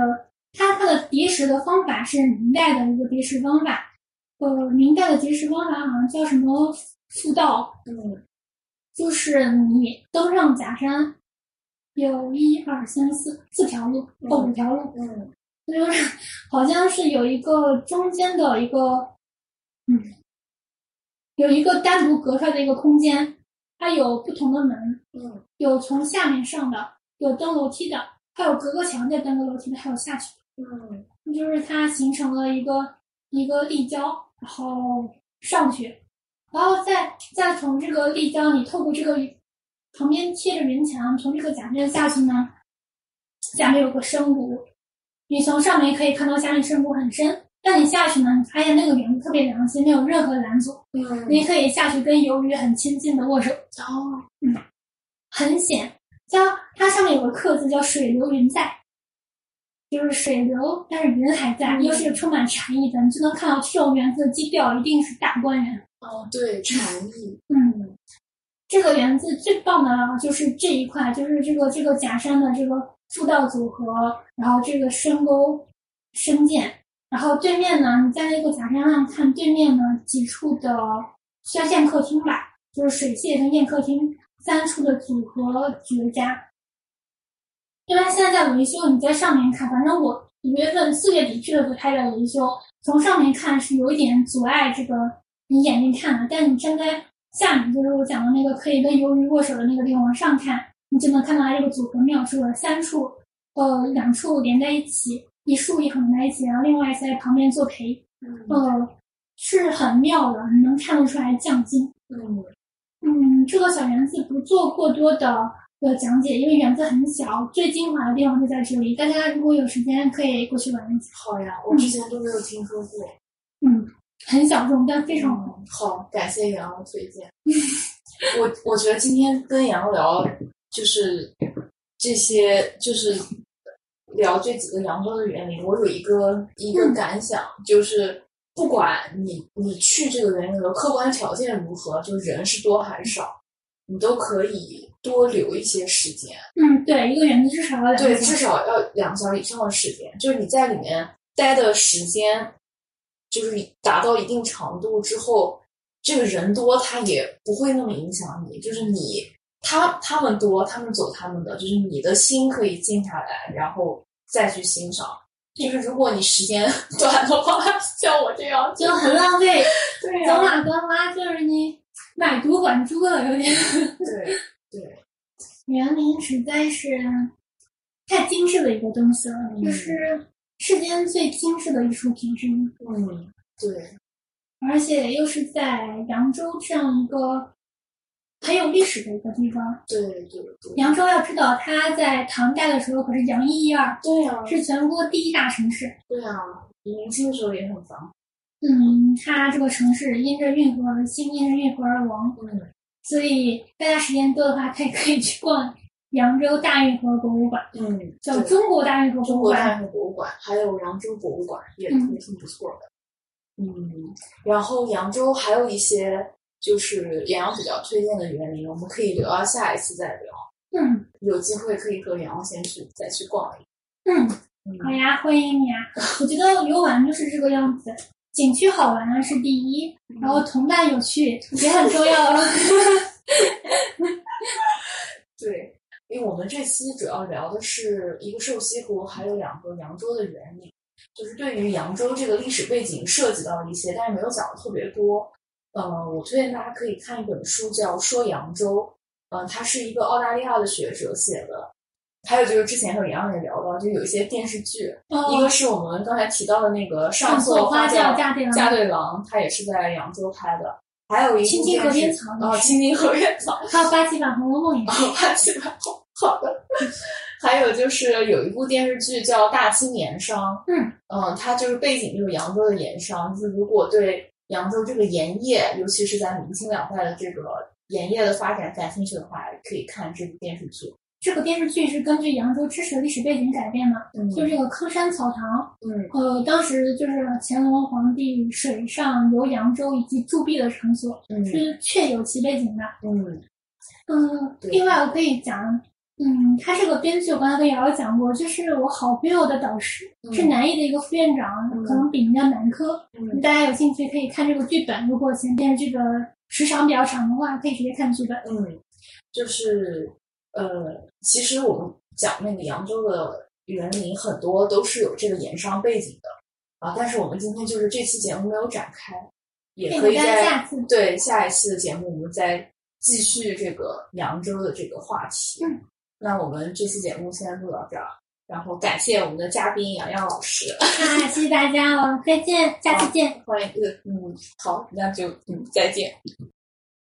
它它的叠石的方法是明代的一个叠石方法，呃，明代的叠石方法好像叫什么复道，嗯，就是你登上假山，有一二三四四条路，哦五条路，嗯，就是 好像是有一个中间的一个，嗯，有一个单独隔出来的一个空间，它有不同的门，嗯，有从下面上的，有登楼梯的，还有隔个墙再登个楼梯的，还有下去嗯，的，就是它形成了一个一个立交，然后上去，然后再再从这个立交，你透过这个旁边贴着云墙，从这个假面下去呢，下面有个深谷，你从上面可以看到下面深谷很深。但你下去呢，你发现那个园子特别良心，没有任何拦阻，嗯，你可以下去跟鱿鱼很亲近的握手，哦，很险。叫它上面有个刻字叫“水流云在”，就是水流，但是云还在，嗯又是充满禅意的，你就能看到这种园子的基调一定是大观园。哦，对，禅意，嗯，这个园子最棒的啊就是这一块，就是这个这个假山的这个复道组合，然后这个深沟深涧，然后对面呢，你在那个假山上看对面呢几处的像宴客厅吧，就是水榭跟宴客厅三处的组合绝佳。因为现在在维修，你在上面看，反正我五月份四月底去的时候，它在维修，从上面看是有一点阻碍这个你眼睛看的，但你站在下面，就是我讲的那个可以跟鱿鱼握手的那个地方往上看，你就能看到它这个组合妙处了，三处，呃，两处连在一起，一竖一横连在一起，然后另外在旁边作陪，嗯呃，是很妙的，你能看得出来匠心。嗯嗯，这个小园子不做过多的的讲解，因为园子很小，最精华的地方就在这里。大家如果有时间可以过去玩一下。好呀，我之前都没有听说过，嗯，很小众，但非常好。嗯，好，感谢杨洋推荐。 我我觉得今天跟杨洋聊就是这些，就是聊这几个扬州的园林，我有一个一个嗯感想，就是不管你你去这个园林的客观条件如何，就人是多还是少，你都可以多留一些时间。嗯，对，一个园子至少要两对，个小至时少要两个小时以上的时间，就是你在里面待的时间，就是达到一定长度之后，这个人多，他也不会那么影响你，就是你他他们多，他们走他们的，就是你的心可以静下来，然后再去欣赏。就是如果你时间 短的话，像我这样就很浪费。对走呀、马观花就是你买椟还珠了，有点。对对，园林实在是太精致的一个东西了，嗯就是世间最精致的艺术品之一，嗯，对，而且又是在扬州这样一个很有历史的一个地方。对对对，扬州要知道，它在唐代的时候可是扬一一二，对呀、是全国第一大城市。对呀、明清的时候也很繁嗯，它这个城市因着运河而兴，因着运河而亡，华，嗯所以大家时间多的话，可以可以去逛扬州大运河博物馆，嗯，叫对中国大运河博中物国馆。大学博物馆，还有扬州博物馆也都嗯挺不错的。嗯，然后扬州还有一些就是杨洋比较推荐的园林，我们可以留到下一次再聊。嗯，有机会可以和杨洋先去再去逛一嗯，好逛。嗯呀，欢迎你啊！我觉得游玩就是这个样子，景区好玩啊是第一，然后同伴有趣也很重要啊。 对，因为我们这期主要聊的是一个瘦西湖，还有两个扬州的园林，就是对于扬州这个历史背景涉及到一些，但是没有讲的特别多。呃，我推荐大家可以看一本书，叫《说扬州》，呃，它是一个澳大利亚的学者写的。还有就是之前和洋洋也聊到，就有一些电视剧，一个哦，是我们刚才提到的那个《上上错错花花轿轿嫁对郎嫁对郎》，它也是在扬州拍的。还有一部青青河电视边草也哦，是青青河边草，还有八七版《红楼梦》也好吧，起来，好的。还有就是有一部电视剧叫《大清盐商》，嗯嗯，它就是背景就是扬州的盐商，就是如果对扬州这个盐业，尤其是在明清两代的这个盐业的发展感兴趣的话，可以看这部电视剧。这个电视剧是根据扬州知识的历史背景改编的，嗯就是这个坑山草堂。嗯呃，当时就是乾隆皇帝水上游扬州以及铸币的场所，嗯是确有其背景的。嗯嗯，对另外我可以讲，嗯，他这个编剧我刚才跟瑶瑶讲过，就是我好朋友的导师、嗯是南艺的一个副院长，嗯可能比人家南科。嗯，大家有兴趣可以看这个剧本，如果嫌电视剧的时长比较长的话，可以直接看剧本。嗯，就是呃，其实我们讲那个扬州的园林，很多都是有这个盐商背景的啊。但是我们今天就是这期节目没有展开，也可以大家在下次对下一期的节目，我们再继续这个扬州的这个话题。嗯，那我们这期节目先录到这儿，然后感谢我们的嘉宾杨洋老师，啊，谢谢大家哦，再见，下次见。欢迎呃嗯，好，那就嗯再见。